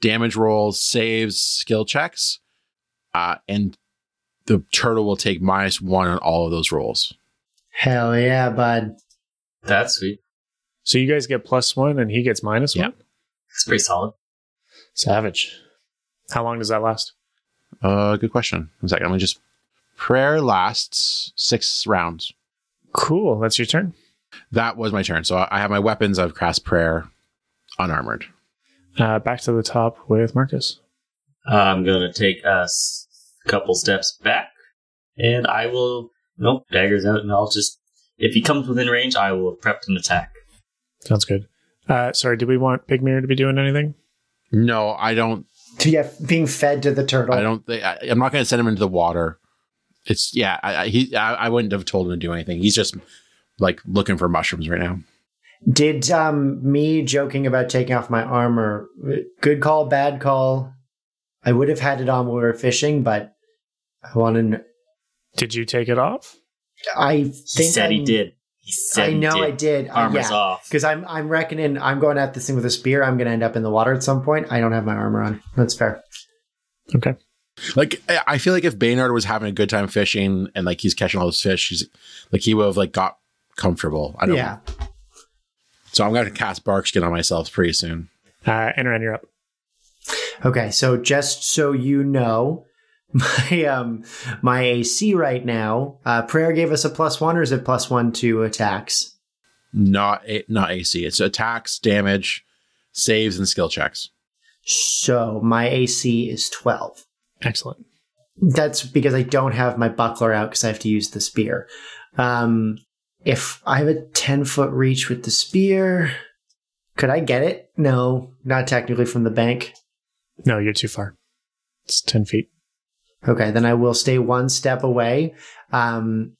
S4: damage rolls, saves, skill checks, uh, and the turtle will take minus one on all of those rolls.
S3: Hell yeah, bud.
S2: That's sweet.
S1: So you guys get plus one and he gets minus
S4: Yeah.
S1: one.
S2: It's pretty solid.
S1: Savage. How long does that last?
S4: Uh, good question. One second. Let me just. Prayer lasts six rounds.
S1: Cool. That's your turn.
S4: That was my turn. So I I have my weapons. I've cast prayer, unarmored.
S1: Uh, back to the top with Marcus.
S2: I'm gonna take us a couple steps back, and I will. Nope, dagger's out, and I'll just. If he comes within range, I will prep an attack.
S1: Sounds good. Uh, sorry, did we want Big Mirror to be doing anything?
S4: No, I don't.
S3: To yeah, being fed to the turtle.
S4: I don't. Think, I, I'm not going to send him into the water. It's yeah. I, I he. I, I wouldn't have told him to do anything. He's just like looking for mushrooms right now.
S3: Did um me joking about taking off my armor? Good call, bad call. I would have had it on when we were fishing, but I want to.
S1: Did you take it off?
S3: I
S2: He
S3: think
S2: said
S3: I-
S2: he did. He said
S3: I know
S2: he
S3: I
S2: did.
S3: did. Uh,
S2: Armor's
S3: yeah.
S2: off.
S3: Because I'm I'm reckoning I'm going at this thing with a spear. I'm going to end up in the water at some point. I don't have my armor on. That's fair.
S1: Okay.
S4: Like I I feel like if Baynard was having a good time fishing and like he's catching all those fish, he's like he would have like got comfortable. I don't.
S3: Yeah.
S4: So I'm going to cast Barkskin on myself pretty soon.
S1: Uh, Enron, you're up.
S3: Okay. So just so you know, *laughs* my um my AC right now. Uh, prayer gave us a plus one, or is it plus one to attacks?
S4: Not a, not AC. It's attacks, damage, saves, and skill checks.
S3: So my AC is twelve.
S1: Excellent.
S3: That's because I don't have my buckler out because I have to use the spear. Um, if I have a 10 foot reach with the spear, could I get it? No, not technically from the bank.
S1: No, you're too far. It's 10 feet.
S3: Okay, then I will stay one step away. Um,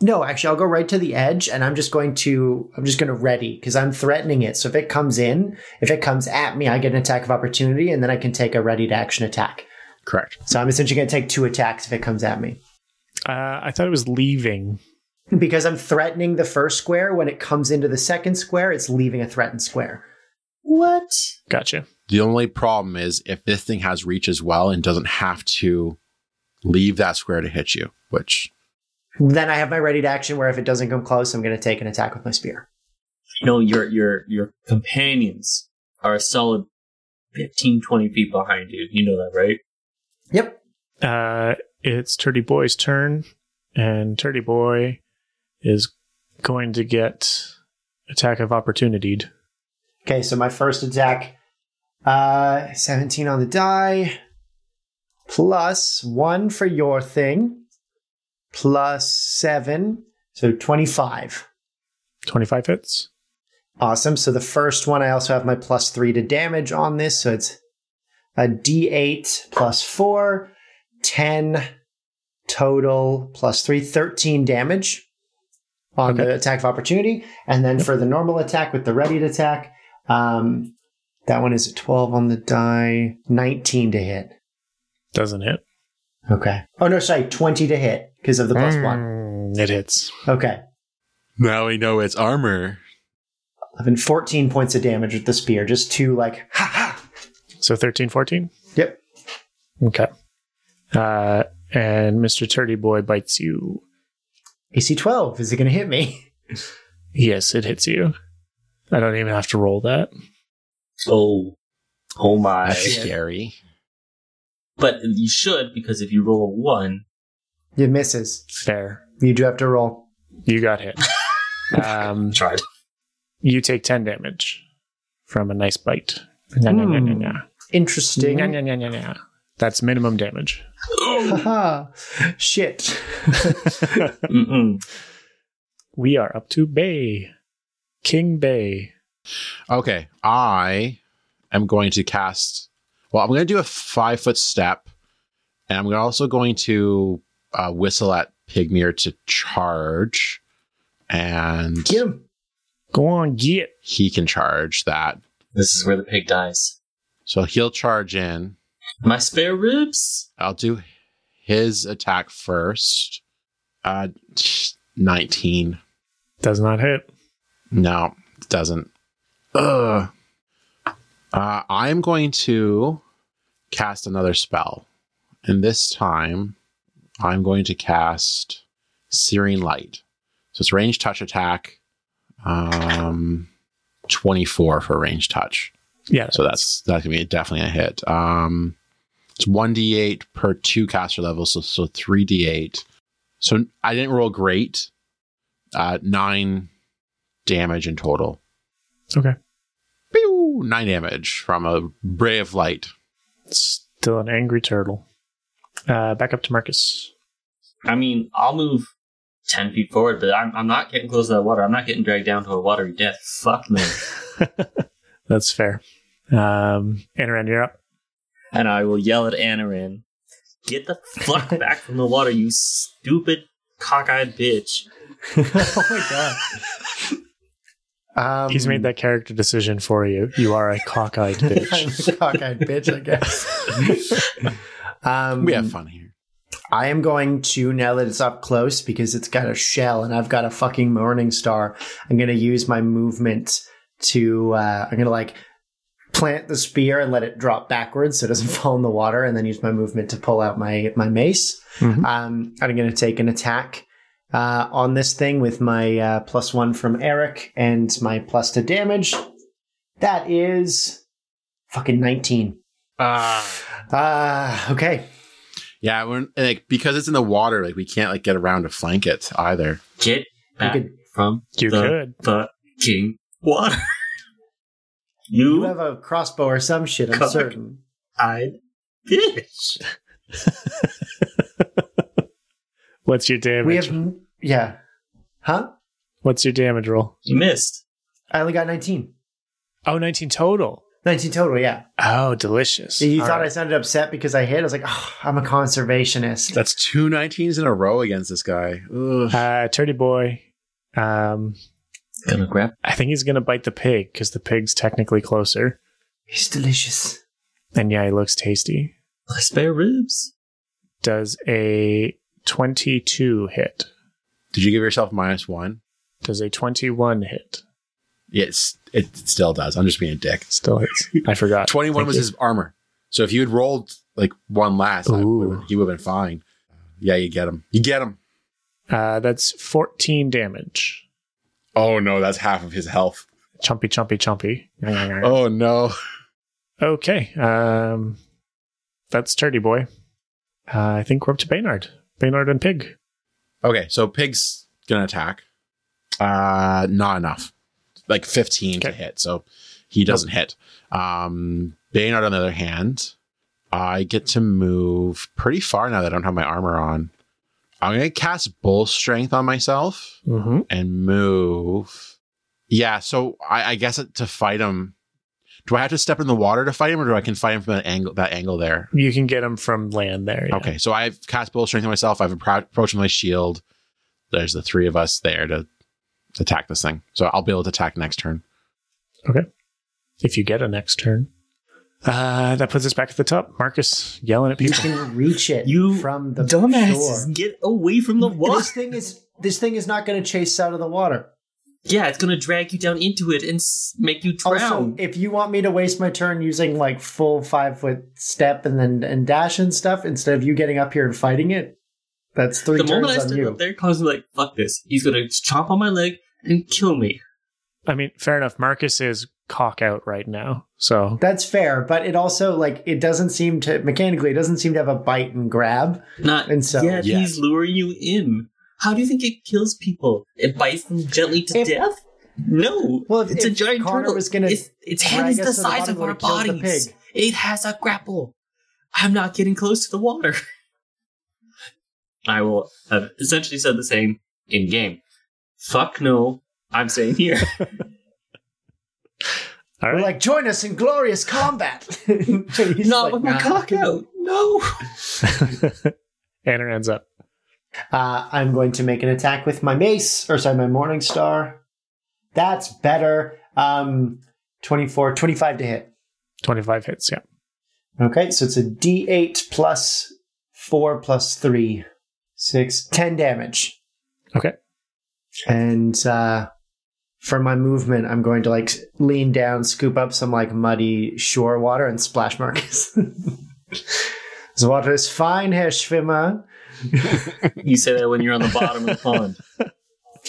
S3: no, actually, I'll go right to the edge, and I'm just going to I'm just going to ready because I'm threatening it. So if it comes in, if it comes at me, I get an attack of opportunity, and then I can take a ready to action attack.
S4: Correct.
S3: So I'm essentially going to take two attacks if it comes at me.
S1: Uh, I thought it was leaving.
S3: Because I'm threatening the first square, when it comes into the second square, it's leaving a threatened square.
S2: What?
S1: Gotcha.
S4: The only problem is if this thing has reach as well and doesn't have to leave that square to hit you, which
S3: Then I have my ready to action where if it doesn't come close, I'm going to take an attack with my spear.
S2: No, your your your companions are a solid 15, 20 feet behind you. You know that, right?
S3: Yep.
S1: Uh, it's Turdy Boy's turn, and Turdy Boy is going to get attack of opportunity.
S3: Okay, so my first attack uh, 17 on the die, plus one for your thing, plus seven, so 25.
S1: 25 hits.
S3: Awesome. So the first one, I also have my plus three to damage on this. So it's a d8 plus four, 10 total plus three, 13 damage on
S1: Okay.
S3: the attack of opportunity. And then for the normal attack with the readied attack, um, that one is a 12 on the die, 19 to hit.
S1: Doesn't hit.
S3: Okay. Oh, no, sorry, 20 to hit because of the plus one.
S1: Mm, It hits.
S3: Okay.
S4: now we know it's armor.
S3: 11, 14 points of damage with the spear. Just two, like, ha ha.
S1: So 13, 14?
S3: Yep.
S1: Okay. Uh, and Mr. Turdy Boy bites you.
S3: AC 12. Is it going to hit me?
S1: Yes, it hits you. I don't even have to roll that.
S2: Oh, oh my!
S4: That's scary.
S2: But you should because if you roll a one,
S3: *laughs* It misses.
S1: Fair.
S3: You do have to roll.
S1: You got
S3: *laughs*
S1: hit. Um,
S2: tried.
S1: you take 10 damage from a nice bite. Nah, nah, nah, nah, nah.
S3: Interesting.
S1: Nah, nah, nah, nah, nah. That's minimum damage.
S3: *laughs* Haha. Shit.
S2: Mm-mm.
S1: we are up to Bay. King Bay.
S4: Okay. I am going to cast. Well, I'm going to do a five foot step, and I'm also going to uh, whistle at Pygmere to charge, and
S3: Get him.
S1: Go on, get.
S4: he can charge that.
S2: This is where the pig dies.
S4: So he'll charge in.
S2: My spare ribs.
S4: I'll do his attack first. Uh, 19.
S1: Does not hit.
S4: No, it doesn't. Ugh. Uh, I'm going to cast another spell. And this time, I'm going to cast Searing Light. So it's range touch attack, um, 24 for range touch.
S1: Yeah.
S4: So that's that's gonna be definitely a hit. Um, it's one d8 per two caster levels, so so three d8. So I didn't roll great. Uh, nine damage in total.
S1: Okay.
S4: Pew! Nine damage from a ray of light.
S1: still an angry turtle. Uh, back up to Marcus.
S2: I mean, I'll move ten feet forward, but I'm I'm not getting close to that water. I'm not getting dragged down to a watery death. Fuck me.
S1: That's fair. Um, Anaran, you're up.
S2: *laughs* and I will yell at Anarin, "Get the *laughs* fuck back from the water, you stupid cockeyed bitch!"
S3: *laughs* oh my god. Um,
S1: He's
S3: *laughs*
S1: made that character decision for you. You are a
S4: *laughs*
S1: cockeyed bitch.
S3: I'm a *laughs* cockeyed bitch, I *laughs* guess. um,
S4: We have fun here.
S3: I am going to now that it's up close because it's got a shell and I've got a fucking morning star. I'm gonna use my movement to uh, I'm gonna like plant the spear and let it drop backwards so it doesn't *laughs* fall in the water, and then use my movement to pull out my my mace.
S1: Mhm.
S3: Um, and I'm gonna take an attack uh, on this thing with my uh, plus one from Eric and my plus to damage. That is fucking nineteen. Ah, okay.
S4: Yeah, we're and, like because it's in the water, like we can't like get around to flank it either.
S2: Get
S3: We
S2: back
S3: could
S2: from
S1: You
S2: the
S1: could.
S2: fucking water. *laughs*
S3: You
S2: you
S3: have a crossbow or some shit, I'm
S2: Cock.
S3: certain.
S2: eyed bitch.
S1: What's your damage?
S3: We have, yeah. Huh?
S1: What's your damage roll?
S2: You missed.
S3: I only got 19.
S1: Oh, 19 total.
S3: 19 total, yeah.
S1: Oh, delicious.
S3: You
S1: All
S3: thought I
S1: right.
S3: sounded upset because I hit? I was like, oh, I'm a conservationist.
S4: That's two 19s in a row against this guy. Ugh.
S1: Uh, Turdy boy. Um,
S2: Gonna grab.
S1: I think he's gonna bite the pig because the pig's technically closer.
S3: He's delicious.
S1: And yeah, he looks tasty.
S2: My spare ribs.
S1: Does a 22 hit?
S4: Did you give yourself minus one?
S1: Does a 21 hit?
S4: Yes, it still does. I'm just being a dick.
S1: Still hits. I forgot.
S4: *laughs* 21
S1: Thank
S4: was
S1: you.
S4: his armor. So if you had rolled like one last, I
S1: Ooh.
S4: would've- he would have been fine. Yeah, you get him. You get him.
S1: Uh, that's 14 damage.
S4: Oh no, that's half of his health.
S1: Chumpy, chumpy, chumpy.
S4: Oh no.
S1: Okay. Um, that's Turdy Boy. Uh, I think we're up to Baynard. Baynard and Pig.
S4: Okay, so pig's gonna attack. Uh not enough. Like 15 to
S1: Okay.
S4: hit, so he doesn't hit. Um Baynard on the other hand, I get to move pretty far now that I don't have my armor on. I'm gonna cast bull strength on myself.
S1: Mm-hmm.
S4: and move. Yeah, so I, I guess it- to fight him, do I have to step in the water to fight him, or do I can fight him from that angle? That angle there.
S1: You can get him from land there. yeah.
S4: Okay, so I've cast bull strength on myself. I've appro- approached with my shield. There's the three of us there to attack this thing. So I'll be able to attack next turn.
S1: If you get a next turn. Uh, that puts us back at the top. Marcus yelling at
S3: You
S1: people.
S3: can reach it
S2: You
S3: from the
S2: Dumbasses, get away from the *laughs*
S3: shore.
S2: water.
S3: This thing is this thing is not going to chase out of the water.
S2: Yeah, it's gonna drag you down into it and s- make you drown.
S3: Also, if you want me to waste my turn using like full five foot step and then and dash and stuff instead of you getting up here and fighting it, that's three
S2: the moment
S3: turns
S2: I
S3: on
S2: stood
S3: you.
S2: up there, Connors was like, "Fuck this! He's gonna chomp on my leg and kill me."
S1: *laughs* I mean, fair enough. Marcus is cock out right now. So
S3: That's fair, but it also like it doesn't seem to mechanically it doesn't seem to have a bite and grab.
S2: Not
S3: And so-
S2: yet.
S4: Yes.
S2: He's luring you in. How do you think it kills people? It bites them gently to
S3: If-
S2: death. No,
S3: Well, if-
S2: it's a
S3: if
S2: giant
S3: Connor
S2: turtle.
S3: was gonna
S2: its, its
S3: drag
S2: head is
S3: us
S2: the
S3: to the
S2: size
S3: bottom,
S2: of
S3: it
S2: our
S3: would've killed the
S2: bodies.
S3: pig.
S2: It has a grapple. I'm not getting close to the water. I will have essentially said the same in game. Fuck no, I'm staying here.
S1: all
S3: We're
S1: right.
S3: like, join us in glorious combat. *laughs* He's
S2: not
S3: like,
S2: with my
S3: "Nah."
S2: cock out. No.
S1: *laughs* Anna ends up.
S3: Uh, I'm going to make an attack with my mace, or sorry, my morning star. That's better. Um, 24, 25 to hit.
S1: 25 hits, yeah.
S3: Okay, so it's a D8 plus 4 plus 3, 6, 10 damage.
S1: Okay.
S3: And uh, for my movement, I'm going to like lean down, scoop up some like muddy shore water, and splash *laughs* Marcus. this water is fine, Herr Schwimmer.
S2: You say that when you're on the bottom of the
S3: *laughs*
S2: pond.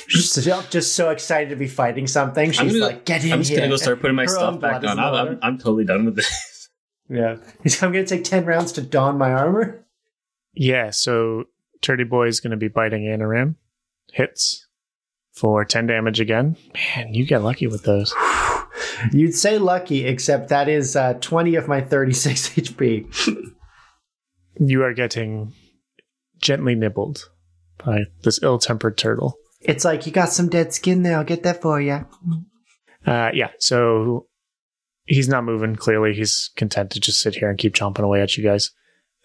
S3: She's just- just so excited to be fighting something. She's
S2: gonna go-
S3: like, get in
S2: I'm just
S3: here.
S2: gonna go start putting my
S3: Her
S2: stuff
S3: own
S2: back
S3: blood is
S2: on.
S3: in the
S2: I'm, I'm,
S3: water.
S2: I'm totally done with this.
S3: Yeah. He's I'm going to take 10 rounds to don my armor.
S1: Yeah, so Turdy Boy is going to be biting Anaram. Hits for 10 damage again. Man, you get lucky with those.
S3: You'd say lucky, except that is uh, 20 of my 36 *laughs* HP.
S1: You are getting gently nibbled by this ill tempered turtle.
S3: It's like, you got some dead skin there. I'll get that for you.
S1: Uh, yeah, so he's not moving. Clearly, he's content to just sit here and keep chomping away at you guys.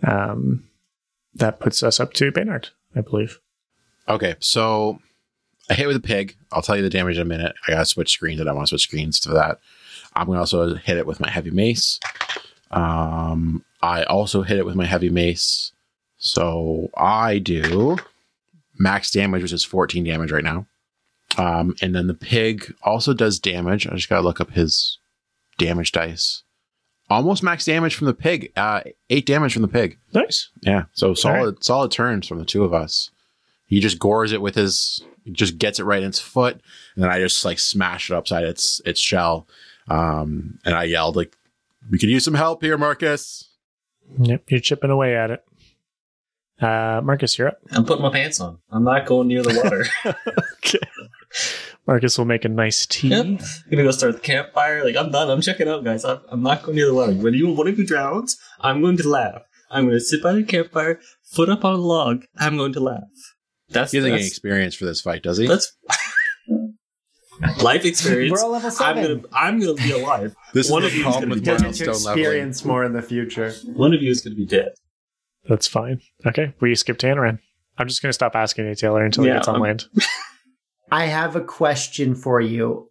S1: Um, that puts us up to Baynard, I believe.
S4: Okay, so I hit with a pig. I'll tell you the damage in a minute. I gotta switch screens. I don't want to switch screens for that. I'm gonna also hit it with my heavy mace. Um, I also hit it with my heavy mace. So I do max damage, which is 14 damage right now. Um, and then the pig also does damage. I just gotta look up his damage dice. Almost max damage from the pig. Uh, eight damage from the pig.
S1: Nice.
S4: Yeah. So solid, solid turns from the two of us. He just gores it with his, just gets it right in its foot, and then I just like smash it upside its its shell. Um, and I yelled like, "We could use some help here, Marcus."
S1: Yep, you're chipping away at it. Uh, Marcus, you're up.
S2: I'm putting my pants on. I'm not going near the
S3: *laughs*
S2: water.
S1: Marcus will make a nice tea.
S2: yep. I'm gonna go start the campfire. Like I'm done. I'm checking out, guys. I'm, I'm not going near the water. When you one of you drowns, I'm going to laugh. I'm gonna sit by the campfire, foot up on a log. I'm going to laugh. That's
S4: He doesn't get any
S2: that's,
S4: experience for this fight, does he?
S2: that's *laughs* life experience.
S3: We're all level 7.
S2: I'm gonna I'm gonna be alive.
S4: This
S2: one
S4: is
S2: of
S4: the
S2: you's
S4: problem
S2: gonna
S4: with
S2: be dead.
S3: We'll get to
S4: milestone leveling.
S3: experience more in the future.
S2: One of you is gonna be dead.
S1: That's fine. Okay, we skipped Anaran. I'm just going to stop asking you, Taylor, until
S2: Yeah,
S1: he gets on
S2: I'm-
S1: land.
S3: I have a question for you.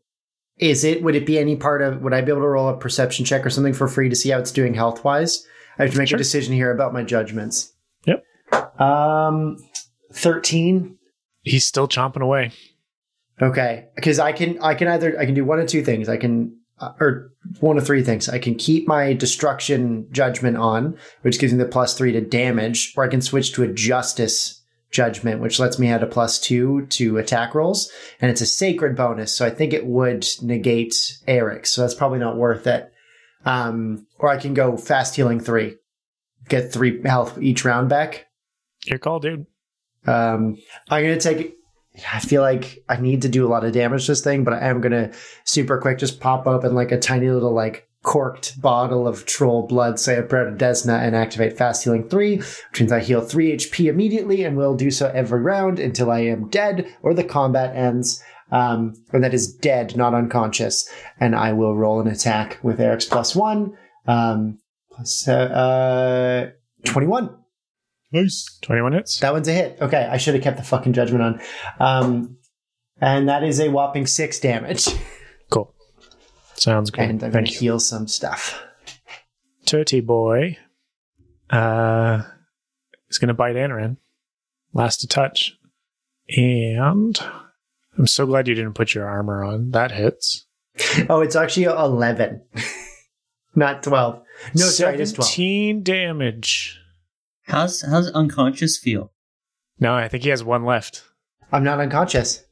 S3: Is it, would it be any part of, would I be able to roll a perception check or something for free to see how it's doing health wise? I have to make
S1: Sure.
S3: a decision here about my judgments.
S1: Yep.
S3: Um, 13.
S1: He's still chomping away.
S3: Okay, because I can I can either I can do one of two things. I can uh, or one of three things. I can keep my destruction judgment on, which gives me the plus three to damage, or I can switch to a justice judgment, which lets me add a plus two to attack rolls, and it's a sacred bonus, so I think it would negate Eric. So that's probably not worth it. Um, or I can go fast healing three, get three health each round back.
S1: Your call, dude.
S3: Um, I'm gonna take. I feel like I need to do a lot of damage to this thing, but I am gonna super quick just pop open like a tiny little like corked bottle of troll blood, say a prayer to Desna, and activate fast healing three, which means I heal three HP immediately, and will do so every round until I am dead or the combat ends. Um, and that is dead, not unconscious. And I will roll an attack with Eric's plus one, um, plus uh, uh, twenty-one.
S4: Nice.
S1: 21 hits.
S3: That one's a hit. Okay, I should have kept the fucking judgment on. Um, and that is a whopping six damage.
S1: Cool. Sounds good.
S3: And I'm going
S1: Thank
S3: to
S1: you.
S3: heal some stuff.
S1: Turty boy uh, is going to bite Anaran. Last to touch. And I'm so glad you didn't put your armor on. That hits.
S3: Oh, it's actually 11, *laughs* not 12. No, sorry, it is 12.
S1: 17 damage.
S5: How's how's unconscious feel?
S1: No, I think he has one left.
S3: I'm not unconscious.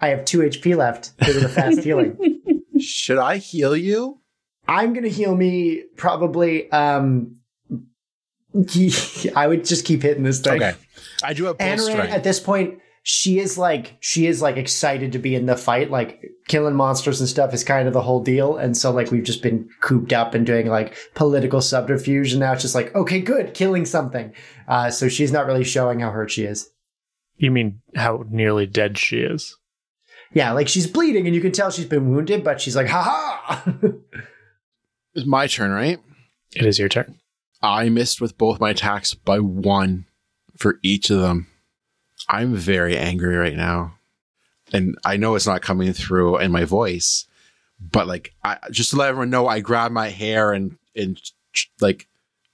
S3: I have two HP left because of
S1: *laughs*
S3: the fast healing.
S4: Should I heal you?
S3: I'm going to heal me probably. Um, *laughs* I would just keep hitting this thing.
S4: Okay. I do have full
S3: Anaran at
S4: strength.
S3: this point, she is like she is like excited to be in the fight. Like killing monsters and stuff is kind of the whole deal. And so like we've just been cooped up and doing like political subterfuge, and now it's just like okay, good, killing something. Uh, so she's not really showing how hurt she is.
S1: You mean how nearly dead she is?
S3: Yeah, like she's bleeding, and you can tell she's been wounded, but she's like, *laughs* ha ha.
S4: It's my turn, right?
S1: It is your turn.
S4: I missed with both my attacks by one for each of them. I'm very angry right now. And I know it's not coming through in my voice, but like, I, just to let everyone know, I grabbed my hair and, and like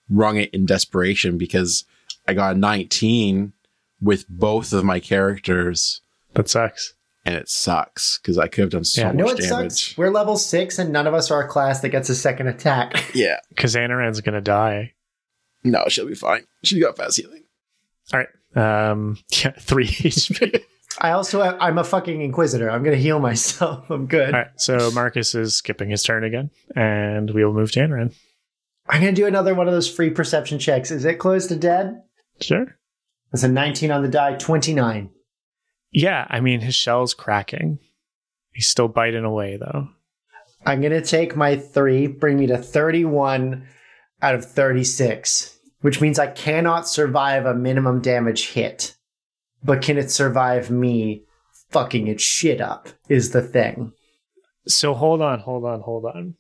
S4: wrung it in desperation because I got a 19 with both of my characters.
S1: That sucks.
S4: and it sucks because I could have done so
S1: Yeah.
S4: much
S3: No, it
S4: damage.
S3: sucks. We're level six, and none of us are a class that gets a second attack. *laughs*
S4: Yeah,
S1: Kazanaran's gonna die.
S4: no, she'll be fine. She's got fast healing.
S1: Um, *laughs* yeah, three
S3: *laughs*
S1: HP.
S3: I also, I'm a fucking inquisitor. I'm gonna heal myself. *laughs* I'm good.
S1: All right, so Marcus is skipping his turn again, and we will move to Anran.
S3: I'm gonna do another one of those free perception checks. Is it close to dead?
S1: Sure.
S3: That's a 19 on the die. 29.
S1: Yeah, I mean his shell's cracking. He's still biting away though.
S3: I'm gonna take my three, bring me to 31 out of 36, which means I cannot survive a minimum damage hit. But can it survive me fucking its shit up? Is the thing.
S1: So hold on, hold on, hold on.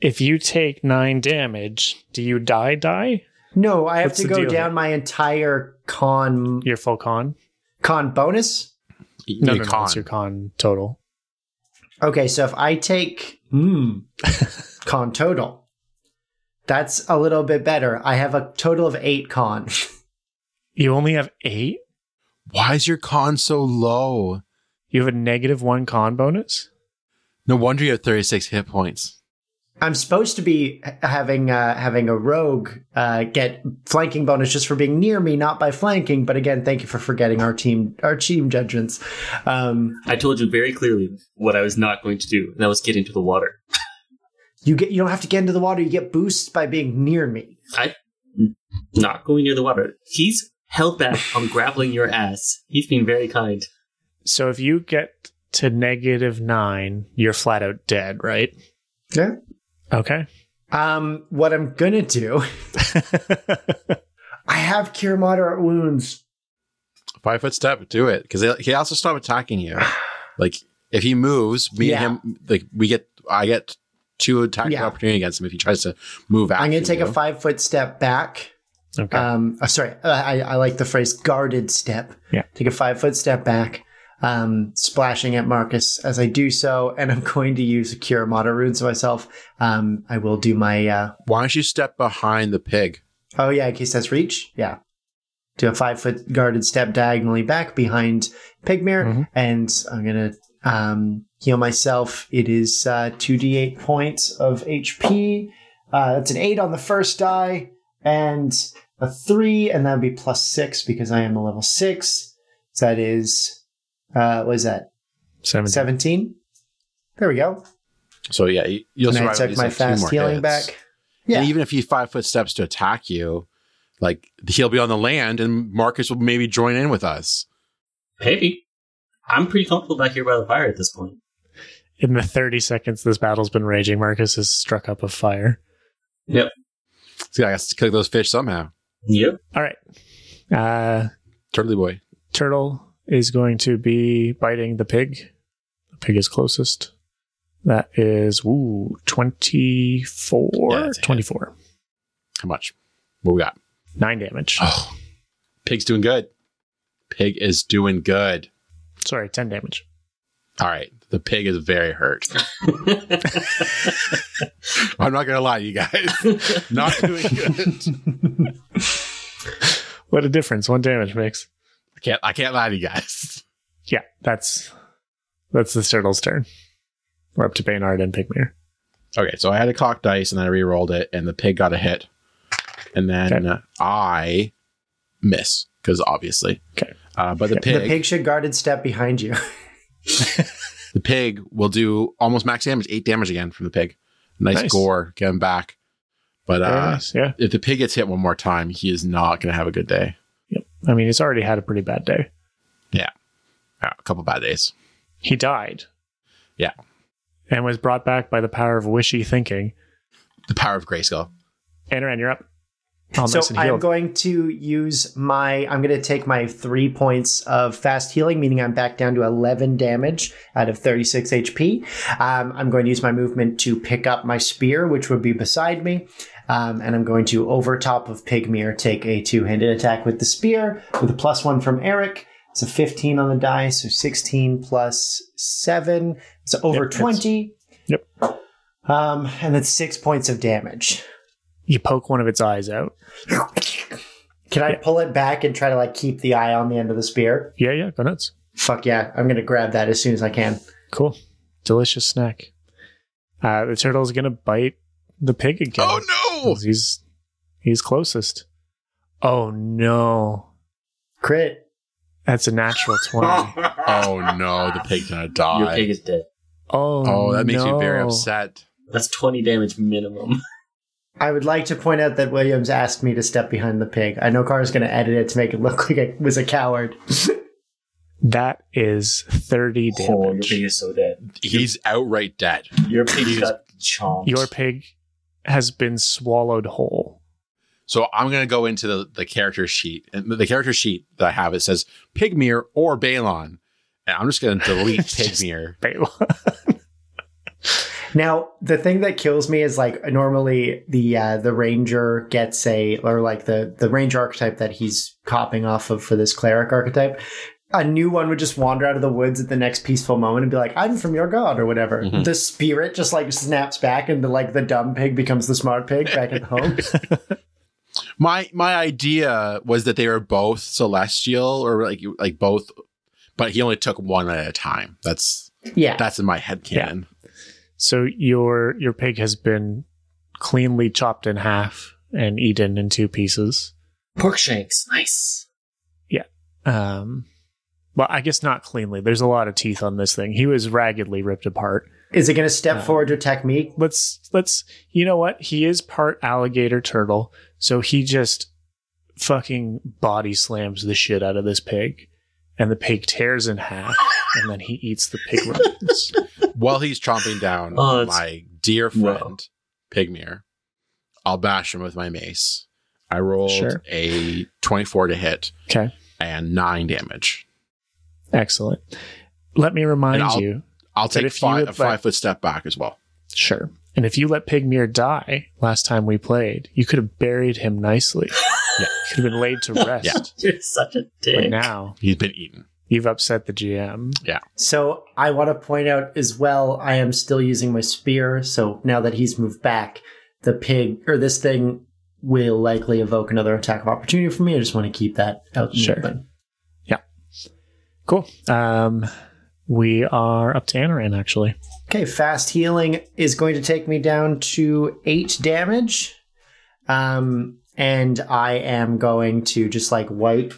S1: If you take nine damage, do you die? Die
S3: No, I have
S1: What's
S3: to
S1: the
S3: go
S1: deal
S3: down
S1: here?
S3: my entire con
S1: your full con?
S3: con bonus.
S1: No,
S4: You
S1: no, no,
S4: con.
S1: it's your con total.
S3: Okay, so if I take hmm, *laughs* con total, that's a little bit better. I have a total of eight con. *laughs*
S1: You only have eight.
S4: Why is your con so low?
S1: You have a negative one con bonus.
S4: No wonder you have 36 hit points.
S3: I'm supposed to be h- having uh, having a rogue uh, get flanking bonus just for being near me, not by flanking. But again, thank you for forgetting our team our team judgments. Um,
S2: I told you very clearly what I was not going to do, and that was get into the water.
S3: you get you don't have to get into the water; you get boosts by being near me.
S2: Not going near the water. He's held back on grappling your ass. He's been very kind.
S1: So if you get to negative nine, you're flat out dead, right?
S3: Yeah.
S1: Okay.
S3: Um, what I'm gonna *laughs* do? I have cure moderate wounds.
S4: Five foot step, do it. Because he also stop attacking *sighs* you. Like if he moves, me
S3: Yeah.
S4: and him, like we get, I get two attack
S3: Yeah.
S4: opportunity against him if he tries to move out.
S3: I'm gonna take a five foot step back.
S1: Okay.
S3: Um, uh, sorry, uh, I, I like the phrase guarded step.
S1: Yeah.
S3: Take a five foot step back, um, splashing at Marcus as I do so, and I'm *laughs* going to use Cure Mata Runes to myself. Um, I will do my. Uh,
S4: Why don't you step behind the pig?
S3: oh, yeah, in case that's reach. Yeah. Do a five foot guarded step diagonally back behind Pigmere,
S1: Mhm.
S3: and I'm going to um, heal myself. It is uh, 2d8 points of HP. Uh, that's an eight on the first die and a three, and that'd be plus six because I am a level six. So that is, uh, what is that?
S1: Seven.
S3: 17? There we go.
S4: So yeah, you- you'll
S3: and I
S4: survive. at
S3: took
S4: least,
S3: my
S4: like, two
S3: fast
S4: more
S3: healing
S4: hits.
S3: back.
S4: Yeah.
S3: Yeah.
S4: even if he five foot steps to attack you, like he'll be on the land, and Marcus will maybe join in with us.
S2: Maybe. I'm pretty comfortable back here by the fire at this point.
S1: In the 30 seconds this battle's been raging, Marcus has struck up a fire.
S4: So I has to cook those fish somehow.
S2: Yep.
S1: All right. Uh,
S4: Turtley boy.
S1: Turtle is going to be biting the pig. The pig is closest. That is, ooh, 24.
S4: Yeah, it's a hit.
S1: 24.
S4: How much? What we got?
S1: Nine damage.
S4: Oh, pig's doing good. Pig is doing good.
S1: Sorry, 10 damage.
S4: All right, the pig is
S1: *laughs*
S4: very hurt. I'm not gonna lie, you guys,
S1: *laughs*
S4: not doing good.
S1: What a difference one damage makes.
S4: I can't. I can't lie to you guys.
S1: Yeah, that's that's the turtle's turn. We're up to Baynard and Pygmere.
S4: Okay, so I had a cock dice and I re-rolled it, and the pig got a hit, and then
S1: Okay.
S4: uh, I miss because obviously.
S1: Okay.
S4: Uh, but the
S1: Okay.
S4: pig,
S3: The
S4: the pig,
S3: pig should guarded step behind you.
S4: will do almost max damage, eight damage again from the pig. Nice,
S1: Nice.
S4: gore, get him back. But
S1: Very
S4: uh,
S1: nice, yeah.
S4: if the pig gets hit one more time, he is not gonna have a good day.
S1: I mean, he's already had a pretty bad day.
S4: Uh, a couple bad days.
S1: He died.
S4: Yeah.
S1: And was brought back by the power of wishy thinking.
S4: The power of Grayskull.
S1: Anoran, you're up. All
S3: so
S1: nice and
S3: I'm
S1: healed.
S3: going to use my. I'm going to take my three points of fast healing, meaning I'm back down to 11 damage out of 36 HP. Um, I'm going to use my movement to pick up my spear, which would be beside me, um, and I'm going to over top of Pygmere take a two-handed attack with the spear with a plus one from Eric. It's a 15 on the die, so 16 plus seven, so over
S1: Yep, hits.
S3: 20.
S1: Yep.
S3: Um, and that's six points of damage.
S1: you poke one of its eyes out.
S3: Can I pull it back and try to like keep the eye on the end of the spear?
S1: Yeah, yeah, go nuts.
S3: fuck yeah, I'm gonna grab that as soon as I can.
S1: Cool. Delicious snack. Uh, the turtle is going to bite the pig again.
S4: Oh no!
S1: 'cause He's he's closest. Oh no.
S3: Crit.
S1: That's a
S4: *laughs*
S1: natural 20.
S4: Oh no! The pig's gonna die.
S2: Your pig is dead.
S1: Oh,
S4: oh, that makes me very
S1: no.
S4: upset.
S2: That's 20 damage minimum.
S3: I would like to point out that Williams asked me to step behind the pig. I know Car's gonna edit it to make it look *laughs* like I was a coward.
S1: That is 30
S2: Oh, your
S1: damage.
S2: pig is so dead.
S4: He's outright dead.
S2: Your pig
S4: He's-
S2: got chomped.
S1: Your pig has been swallowed whole.
S4: So I'm gonna go into the, the character sheet. And the character sheet that I have it says Pygmere or Balon. And I'm just *laughs* gonna delete
S1: Just-
S4: Pygmere.
S1: Bela.
S3: Now, the thing that kills me is like normally the uh, the ranger gets a or like the the ranger archetype that he's copying off of for this cleric archetype. A new one would just wander out of the woods at the next peaceful moment and be like, "I'm from your god" or whatever.
S4: Mhm.
S3: The spirit just like snaps back, and the like the dumb pig becomes the smart pig back at home.
S4: My my idea was that they were both celestial or like you- like both, but he only took one at a time. That's
S3: yeah,
S4: that's in my head canon.
S1: so your your pig has been cleanly chopped in half and eaten in two pieces.
S2: pork shanks. Nice.
S1: Um well, I guess not cleanly. There's a lot of teeth on this thing. He was raggedly ripped apart.
S3: is it going to step
S1: Uh,
S3: forward to attack me?
S1: let's let's you know what he is part alligator turtle so he just fucking body slams the shit out of this pig and the pig tears in half and then he eats the pig remains
S4: While he's chomping down
S2: Oh, that's-
S4: my dear
S2: Whoa.
S4: friend Pygmere, I'll bash him with my mace. I rolled
S1: Sure.
S4: a 24 to hit
S1: okay
S4: and nine damage.
S1: excellent let me
S4: And
S1: remind
S4: I'll-
S1: you
S4: I'll
S1: But
S4: take
S1: if you would
S4: five, a
S1: like-
S4: five foot step back as well.
S1: sure and if you let pigmere die last time we played you could have buried him nicely
S4: Yeah.
S1: could have been laid to rest
S2: *laughs* You're such a
S1: but
S2: dick.
S1: now
S4: He's been eaten.
S1: you've upset the gm
S3: So I want to point out as well, I am still using my spear. So now that he's moved back, the pig or this thing will likely evoke another attack of opportunity for me. I just want to keep that out. in the
S1: Sure.
S3: open.
S1: cool um we are up to Anoran, actually
S3: Okay, fast healing is going to take me down to eight damage. Um, and I am going to just like wipe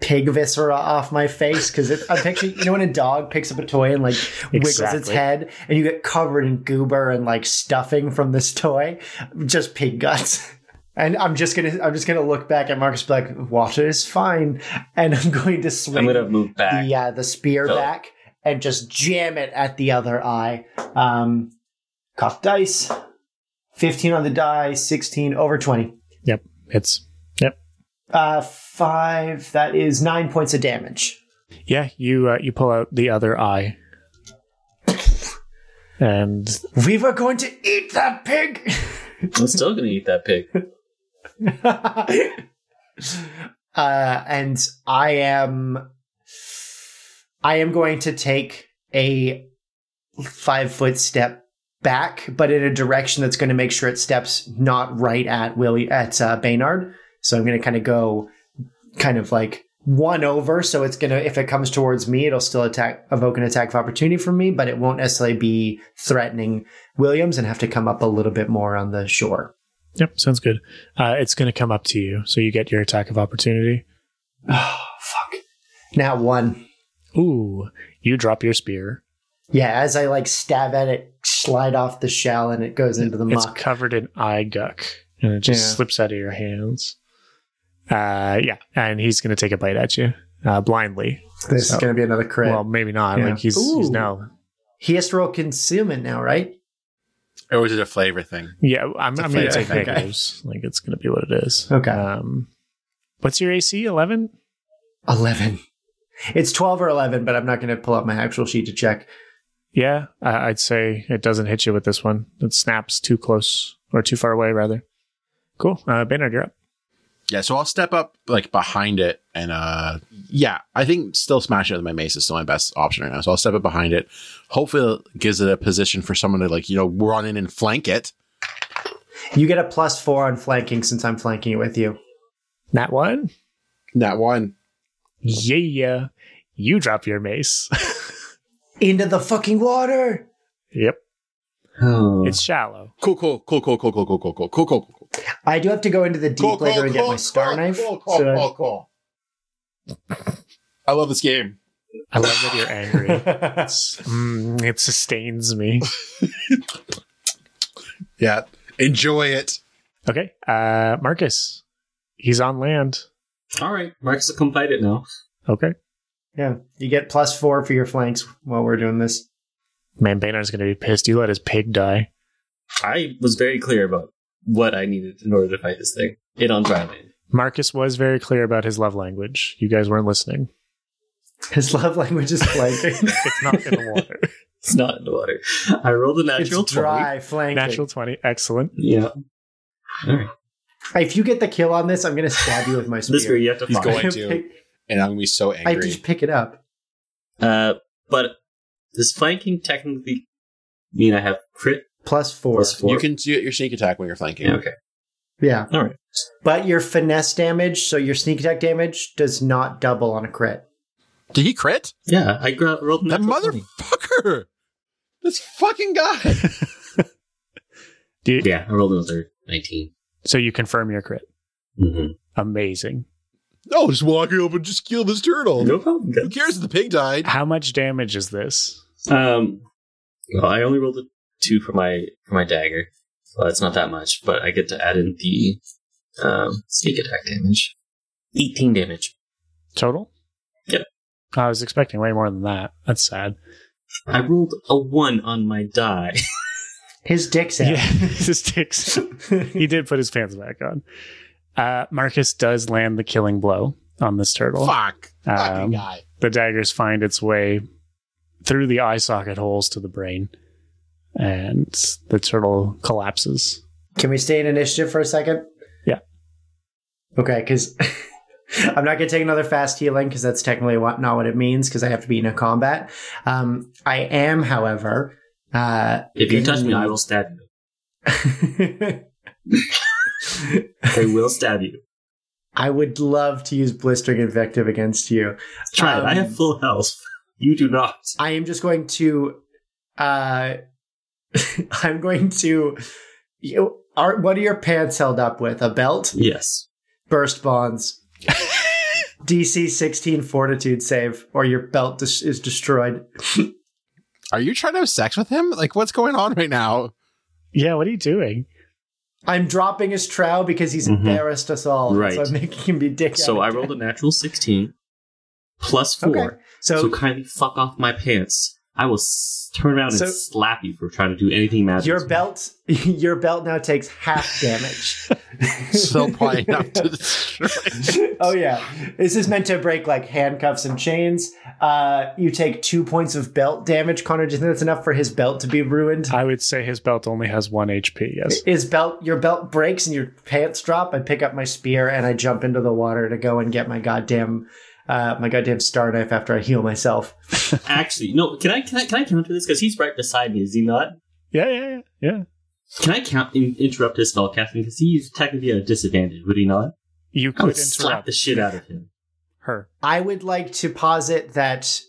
S3: pig viscera off my face because I'm picturing, you know, when a dog picks up a toy and like wiggles its
S1: Exactly.
S3: head and you get covered in goober and like stuffing from this toy, just pig guts. And I'm just gonna, I'm just gonna look back at Marcus, be like, "Water is fine," and I'm going to swing
S2: I'm gonna move back.
S3: the uh, the spear
S2: Philip.
S3: back and just jam it at the other eye. Um, cuff dice, fifteen on the die, sixteen over twenty.
S1: It's
S3: Uh, five. That is nine points of damage.
S1: yeah. You uh, you pull out the other eye, and
S3: We were going to eat that pig. *laughs*
S2: I'm still gonna eat that *laughs* pig. *sighs*
S3: *laughs* uh, and I am, I am going to take a five foot step back, but in a direction that's going to make sure it steps not right at Willie at uh, Baynard. So I'm going to kind of go, kind of like one over. So it's going to, if it comes towards me, it'll still attack, evoke an attack of opportunity from me, but it won't necessarily be threatening Williams and have to come up a little bit more on the shore.
S1: yep, sounds good. Uh, it's going to come up to you, so you get your attack of opportunity.
S3: Oh, *sighs* fuck. Now one.
S1: Ooh, you drop your spear.
S3: Yeah, as I like stab at it, slide off the shell, and it goes into the
S1: It's
S3: muck.
S1: covered in eye guck, and it just
S3: Yeah.
S1: slips out of your hands. Uh, yeah, and he's going to take a bite at you uh, blindly.
S3: this
S1: so-
S3: is going to be another crit.
S1: Well, maybe not.
S3: Yeah.
S1: Like he's he's
S3: Ooh.
S1: now.
S3: he has to roll concealment now, right?
S4: Or was it a flavor thing?
S1: Yeah, I'm, I'm going
S4: Yeah,
S1: to take
S3: okay.
S1: negatives. Like it's going to be what it is.
S3: Okay.
S1: Um, what's your AC? Eleven.
S3: Eleven. It's twelve or eleven, but I'm not going to pull up my actual sheet to check.
S1: Yeah, I- I'd say it doesn't hit you with this one. It snaps too close or too far away, rather. Cool. Uh, Baynard, you're up.
S4: Yeah, so I'll step up like behind it and uh yeah, I think still smashing it with my mace is still my best option right now. So I'll step up behind it. Hopefully it gives it a position for someone to like, you know, run in and flank it.
S3: You get a plus four on flanking since I'm flanking it with you.
S1: That one.
S4: That one.
S1: Yeah, you drop your mace. *laughs*
S3: Into the fucking water.
S1: yep.
S2: Oh.
S1: It's shallow.
S4: Cool, cool, cool, cool, cool, cool, cool, cool, cool, cool, cool, cool.
S3: I do have to go into the deep
S4: Cool,
S3: later
S4: cool,
S3: and get
S4: cool,
S3: my star
S4: cool,
S3: knife.
S4: cool, cool,
S3: so-
S4: cool, cool. I love this game.
S1: I love that you're angry. It's- mm, it sustains me.
S4: Yeah. Enjoy it.
S1: Okay. Uh, Marcus, he's on land.
S2: All right, Marcus will come fight it now.
S1: Okay.
S3: *laughs* yeah, you get plus four for your flanks while we're doing this.
S1: Man, Baynard's going to be pissed. You let his pig die.
S2: I was very clear about what I needed in order to fight this thing. It on dry land.
S1: Marcus was very clear about his love language. You guys weren't listening.
S3: His love language is flanking.
S1: *laughs* It's not in the water.
S2: It's not in the water. *laughs* I rolled a natural
S3: it's dry
S1: *laughs*
S3: flanking.
S1: Natural 20. Excellent.
S2: 20. Yeah. All right.
S3: If you get the kill on this, I'm gonna stab you with my
S2: *laughs*
S3: spear.
S2: This year you have to
S4: He's
S2: find.
S4: going-
S3: I
S4: to.
S3: pick-
S4: And I'm gonna be so
S3: I
S4: angry.
S3: just pick it up.
S2: Uh, but does flanking technically mean I have crit
S3: Plus four.
S2: plus four?
S4: You can do your sneak attack when you're flanking.
S2: Yeah, okay.
S3: Yeah,
S2: All right.
S3: but your finesse damage, so your sneak attack damage, does not double on a crit.
S4: Did he crit?
S2: Yeah, I gra- rolled a
S4: That
S2: natural
S4: motherfucker. This fucking guy.
S2: 20. Yeah, I rolled another 19.
S1: So you confirm your crit.
S2: hmm
S1: Amazing.
S4: *laughs* No, just walk over and just kill this turtle.
S2: No problem.
S4: Who cares if the pig died?
S1: How much damage is this?
S2: Um, well, I only rolled a two for my for my dagger. Well, it's not that much, but I get to add in the um, sneak attack damage. Eighteen damage.
S1: Total?
S2: Yep.
S1: I was expecting way more than that. That's sad.
S2: I rolled a one on my die.
S3: His dick's out. *laughs*
S1: Yeah, *laughs* his dicks. he did put his pants back on. Uh, Marcus does land the killing blow on this turtle.
S4: Fuck.
S1: Um,
S4: fucking guy.
S1: the daggers find its way through the eye socket holes to the brain, and the turtle collapses.
S3: Can we stay in initiative for a second?
S1: Yeah.
S3: Okay, because *laughs* I'm not going to take another fast healing because that's technically what, not what it means because I have to be in a combat. Um, I am, however. Uh,
S2: If you touch me, I will stab you. I will stab you.
S3: *laughs* I would love to use blistering invective against you.
S2: Try it. I have full health. You do not.
S3: I am just going to. Uh, *laughs* I'm going to. You, are, what are your pants held up with? A belt?
S2: Yes. *laughs*
S3: burst bonds. DC 16 fortitude save, or your belt dis- is destroyed.
S4: Are you trying to have sex with him? Like, what's going on right *laughs* now?
S1: Yeah, what are you doing?
S3: I'm dropping his trowel because he's
S2: Mhm.
S3: embarrassed us all.
S2: Right.
S3: So I'm making him be dick.
S2: So
S3: out
S2: I
S3: again.
S2: rolled a natural sixteen, plus four.
S3: Okay. So,
S2: So, kindly fuck off my pants. I will s- turn around
S3: So-
S2: and slap you for trying to do anything magical.
S3: your belt, *laughs* your belt now takes half damage.
S4: Still probably
S3: *laughs*
S4: enough to destroy. *laughs*
S3: oh yeah, this is meant to break like handcuffs and chains. Uh, you take two points of belt damage, Connor. Do you think that's enough for his belt to be ruined?
S1: I would say his belt only has one HP. Yes.
S3: His belt, your belt breaks and your pants drop. I pick up my spear and I jump into the water to go and get my goddamn, uh, my goddamn star knife after I heal myself.
S2: *laughs* Actually, no. Can I can I, can I counter this? Because he's right beside me. Is he not?
S1: Yeah, yeah, yeah, yeah.
S2: Can I count in, interrupt his spell casting? Because he's technically at a disadvantage. Would he not?
S1: You
S2: I
S1: could
S2: would slap
S1: interrupt
S2: the shit out of him.
S1: her.
S3: I would like to posit that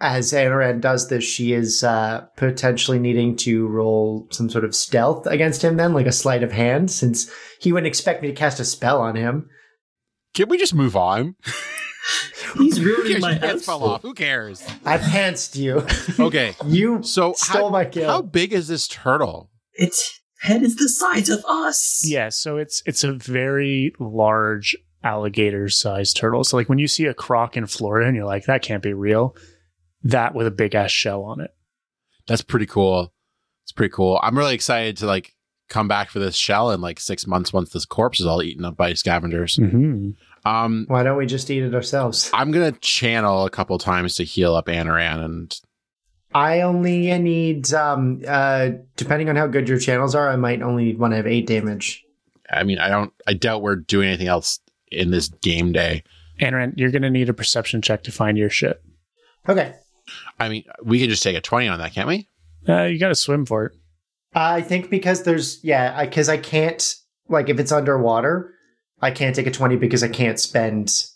S3: as Anoran does this, she is uh, potentially needing to roll some sort of stealth against him, then like a sleight of hand, since he wouldn't expect me to cast a spell on him.
S4: Can we just move on?
S2: He's
S4: Who
S2: ruining
S4: cares?
S2: my
S4: Your pants fell
S2: outfit.
S4: off. Who cares?
S3: I pantsed you.
S4: Okay.
S3: you
S4: So
S3: stole
S4: how,
S3: my kill.
S4: how big is this turtle?
S2: Its head is the size of us.
S1: Yeah, so it's it's a very large alligator-sized turtle. So like when you see a croc in Florida and you're like, that can't be real. That with a big ass shell on it.
S4: That's pretty cool. It's pretty cool. I'm really excited to like come back for this shell in like six months once this corpse is all eaten up by scavengers.
S1: Mm-hmm.
S4: Um,
S3: Why don't we just eat it ourselves?
S4: I'm gonna channel a couple times to heal up Anoran, and
S3: I only need, um, uh, depending on how good your channels are, I might only need one. I have eight damage.
S4: I mean, I don't, I doubt we're doing anything else in this game day.
S1: Anoran, you're gonna need a perception check to find your ship.
S3: Okay.
S4: I mean, we can just take a twenty on that, can't we?
S1: Uh, you gotta swim for it.
S3: Uh, I think because there's, yeah, because I, can't, like, if it's underwater, I can't take a 20 because I can't spend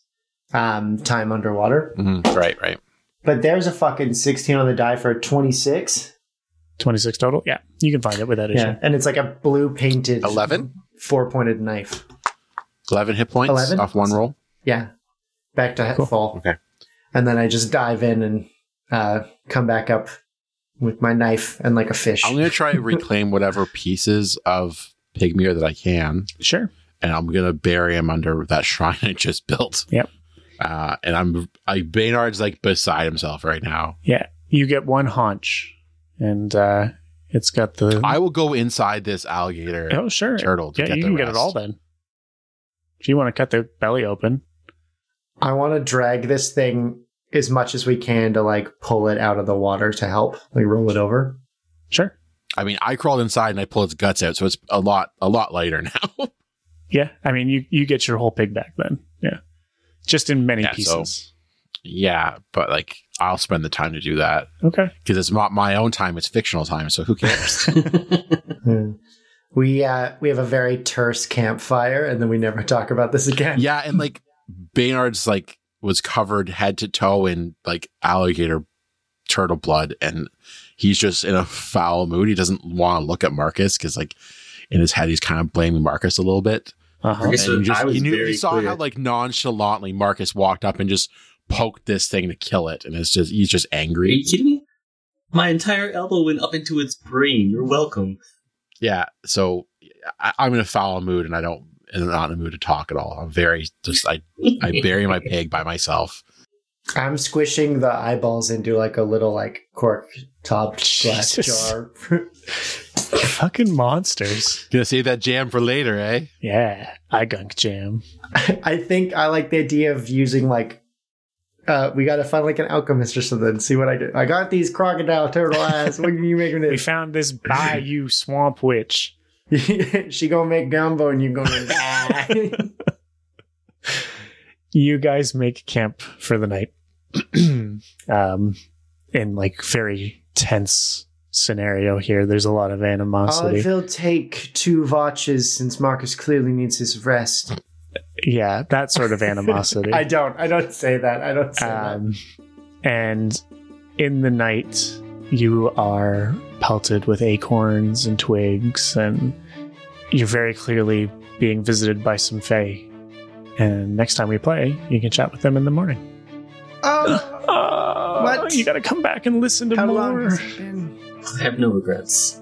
S3: um, time underwater.
S4: Mhm. Right, right.
S3: But there's a fucking 16 on the die for a 26.
S1: 26 total. Yeah, you can find it with that issue.
S3: Yeah. And it's like a blue painted
S4: 11?
S3: four pointed knife.
S4: 11 hit points
S3: 11?
S4: off one roll.
S3: Yeah. Back to
S1: Cool.
S3: full.
S4: Okay.
S3: And then I just dive in and uh, come back up with my knife and like a fish.
S4: I'm going to try to reclaim whatever pieces of Pygmere that I can,
S1: Sure.
S4: and I'm going to bury him under that shrine I just built.
S1: Yep.
S4: Uh, and I'm, I, Baynard's like beside himself right now.
S1: You get one haunch, and uh, it's got the.
S4: I will go inside this alligator
S1: Mm-hmm. oh, sure.
S4: turtle to
S1: Yeah,
S4: get
S1: you
S4: the
S1: can
S4: rest.
S1: get it all then. If you want to cut the belly open,
S3: I want to drag this thing as much as we can to like pull it out of the water to help, like roll it
S4: *laughs*
S3: over.
S1: sure.
S4: I mean, I crawled inside and I pulled its guts out, so it's a lot, a lot lighter *laughs* now.
S1: Yeah, I mean, you you get your whole pig back then. Yeah, just in many
S4: Yeah, so-
S1: pieces.
S4: yeah, but like, I'll spend the time to do that
S1: okay.
S4: because it's not my own time; it's fictional time. So who cares?
S3: Hmm. We uh, we have a very terse campfire, and then we never talk about this again.
S4: *laughs* yeah, and like, Baynard's like was covered head to toe in like alligator turtle blood, and he's just in a foul mood. He doesn't want to look at Marcus because like. In his head, he's kind of blaming Marcus a little bit.
S1: Uh huh.
S2: Okay, so
S4: And he, just,
S2: I was
S4: he knew
S2: very
S4: he saw
S2: clear.
S4: how like nonchalantly Marcus walked up and just poked this thing to kill it, and it's just he's just
S2: Are
S4: angry.
S2: you kidding me? My entire elbow went up into its brain. You're welcome.
S4: yeah so I, i'm in a foul mood and i don't and I'm not in a mood to talk at all i'm very just i i bury
S2: *laughs*
S4: my pig by myself
S3: I'm squishing the eyeballs into like a little like cork
S4: *laughs*
S3: topped glass
S1: Jesus.
S3: jar.
S1: *laughs*
S3: *laughs*
S1: Fucking monsters.
S4: gonna save that jam for later eh
S1: Yeah, I gunk jam.
S3: *laughs* I think I like the idea of using like. Uh, we gotta find like an alchemist or something. See what I do. I got these crocodile turtle eyes. What can you make them
S1: We
S3: do?
S1: found this bayou swamp witch.
S3: *laughs* she gonna make gumbo and you gonna die.
S1: You guys make camp for the night. *clears throat* um, in like very tense scenario here. There's a lot of animosity.
S3: Olive'll take two watches since Marcus clearly needs his rest.
S1: yeah, that sort of *laughs* animosity.
S3: I don't. I don't say that. I don't say that.
S1: Um, and in the night, you are pelted with acorns and twigs, and you're very clearly being visited by some fae. And next time we play, you can chat with them in the morning.
S3: Oh,
S1: Oh, *gasps*
S3: What?
S1: You got to come back and listen to
S3: how
S1: more.
S3: long has it been?
S2: I have no regrets.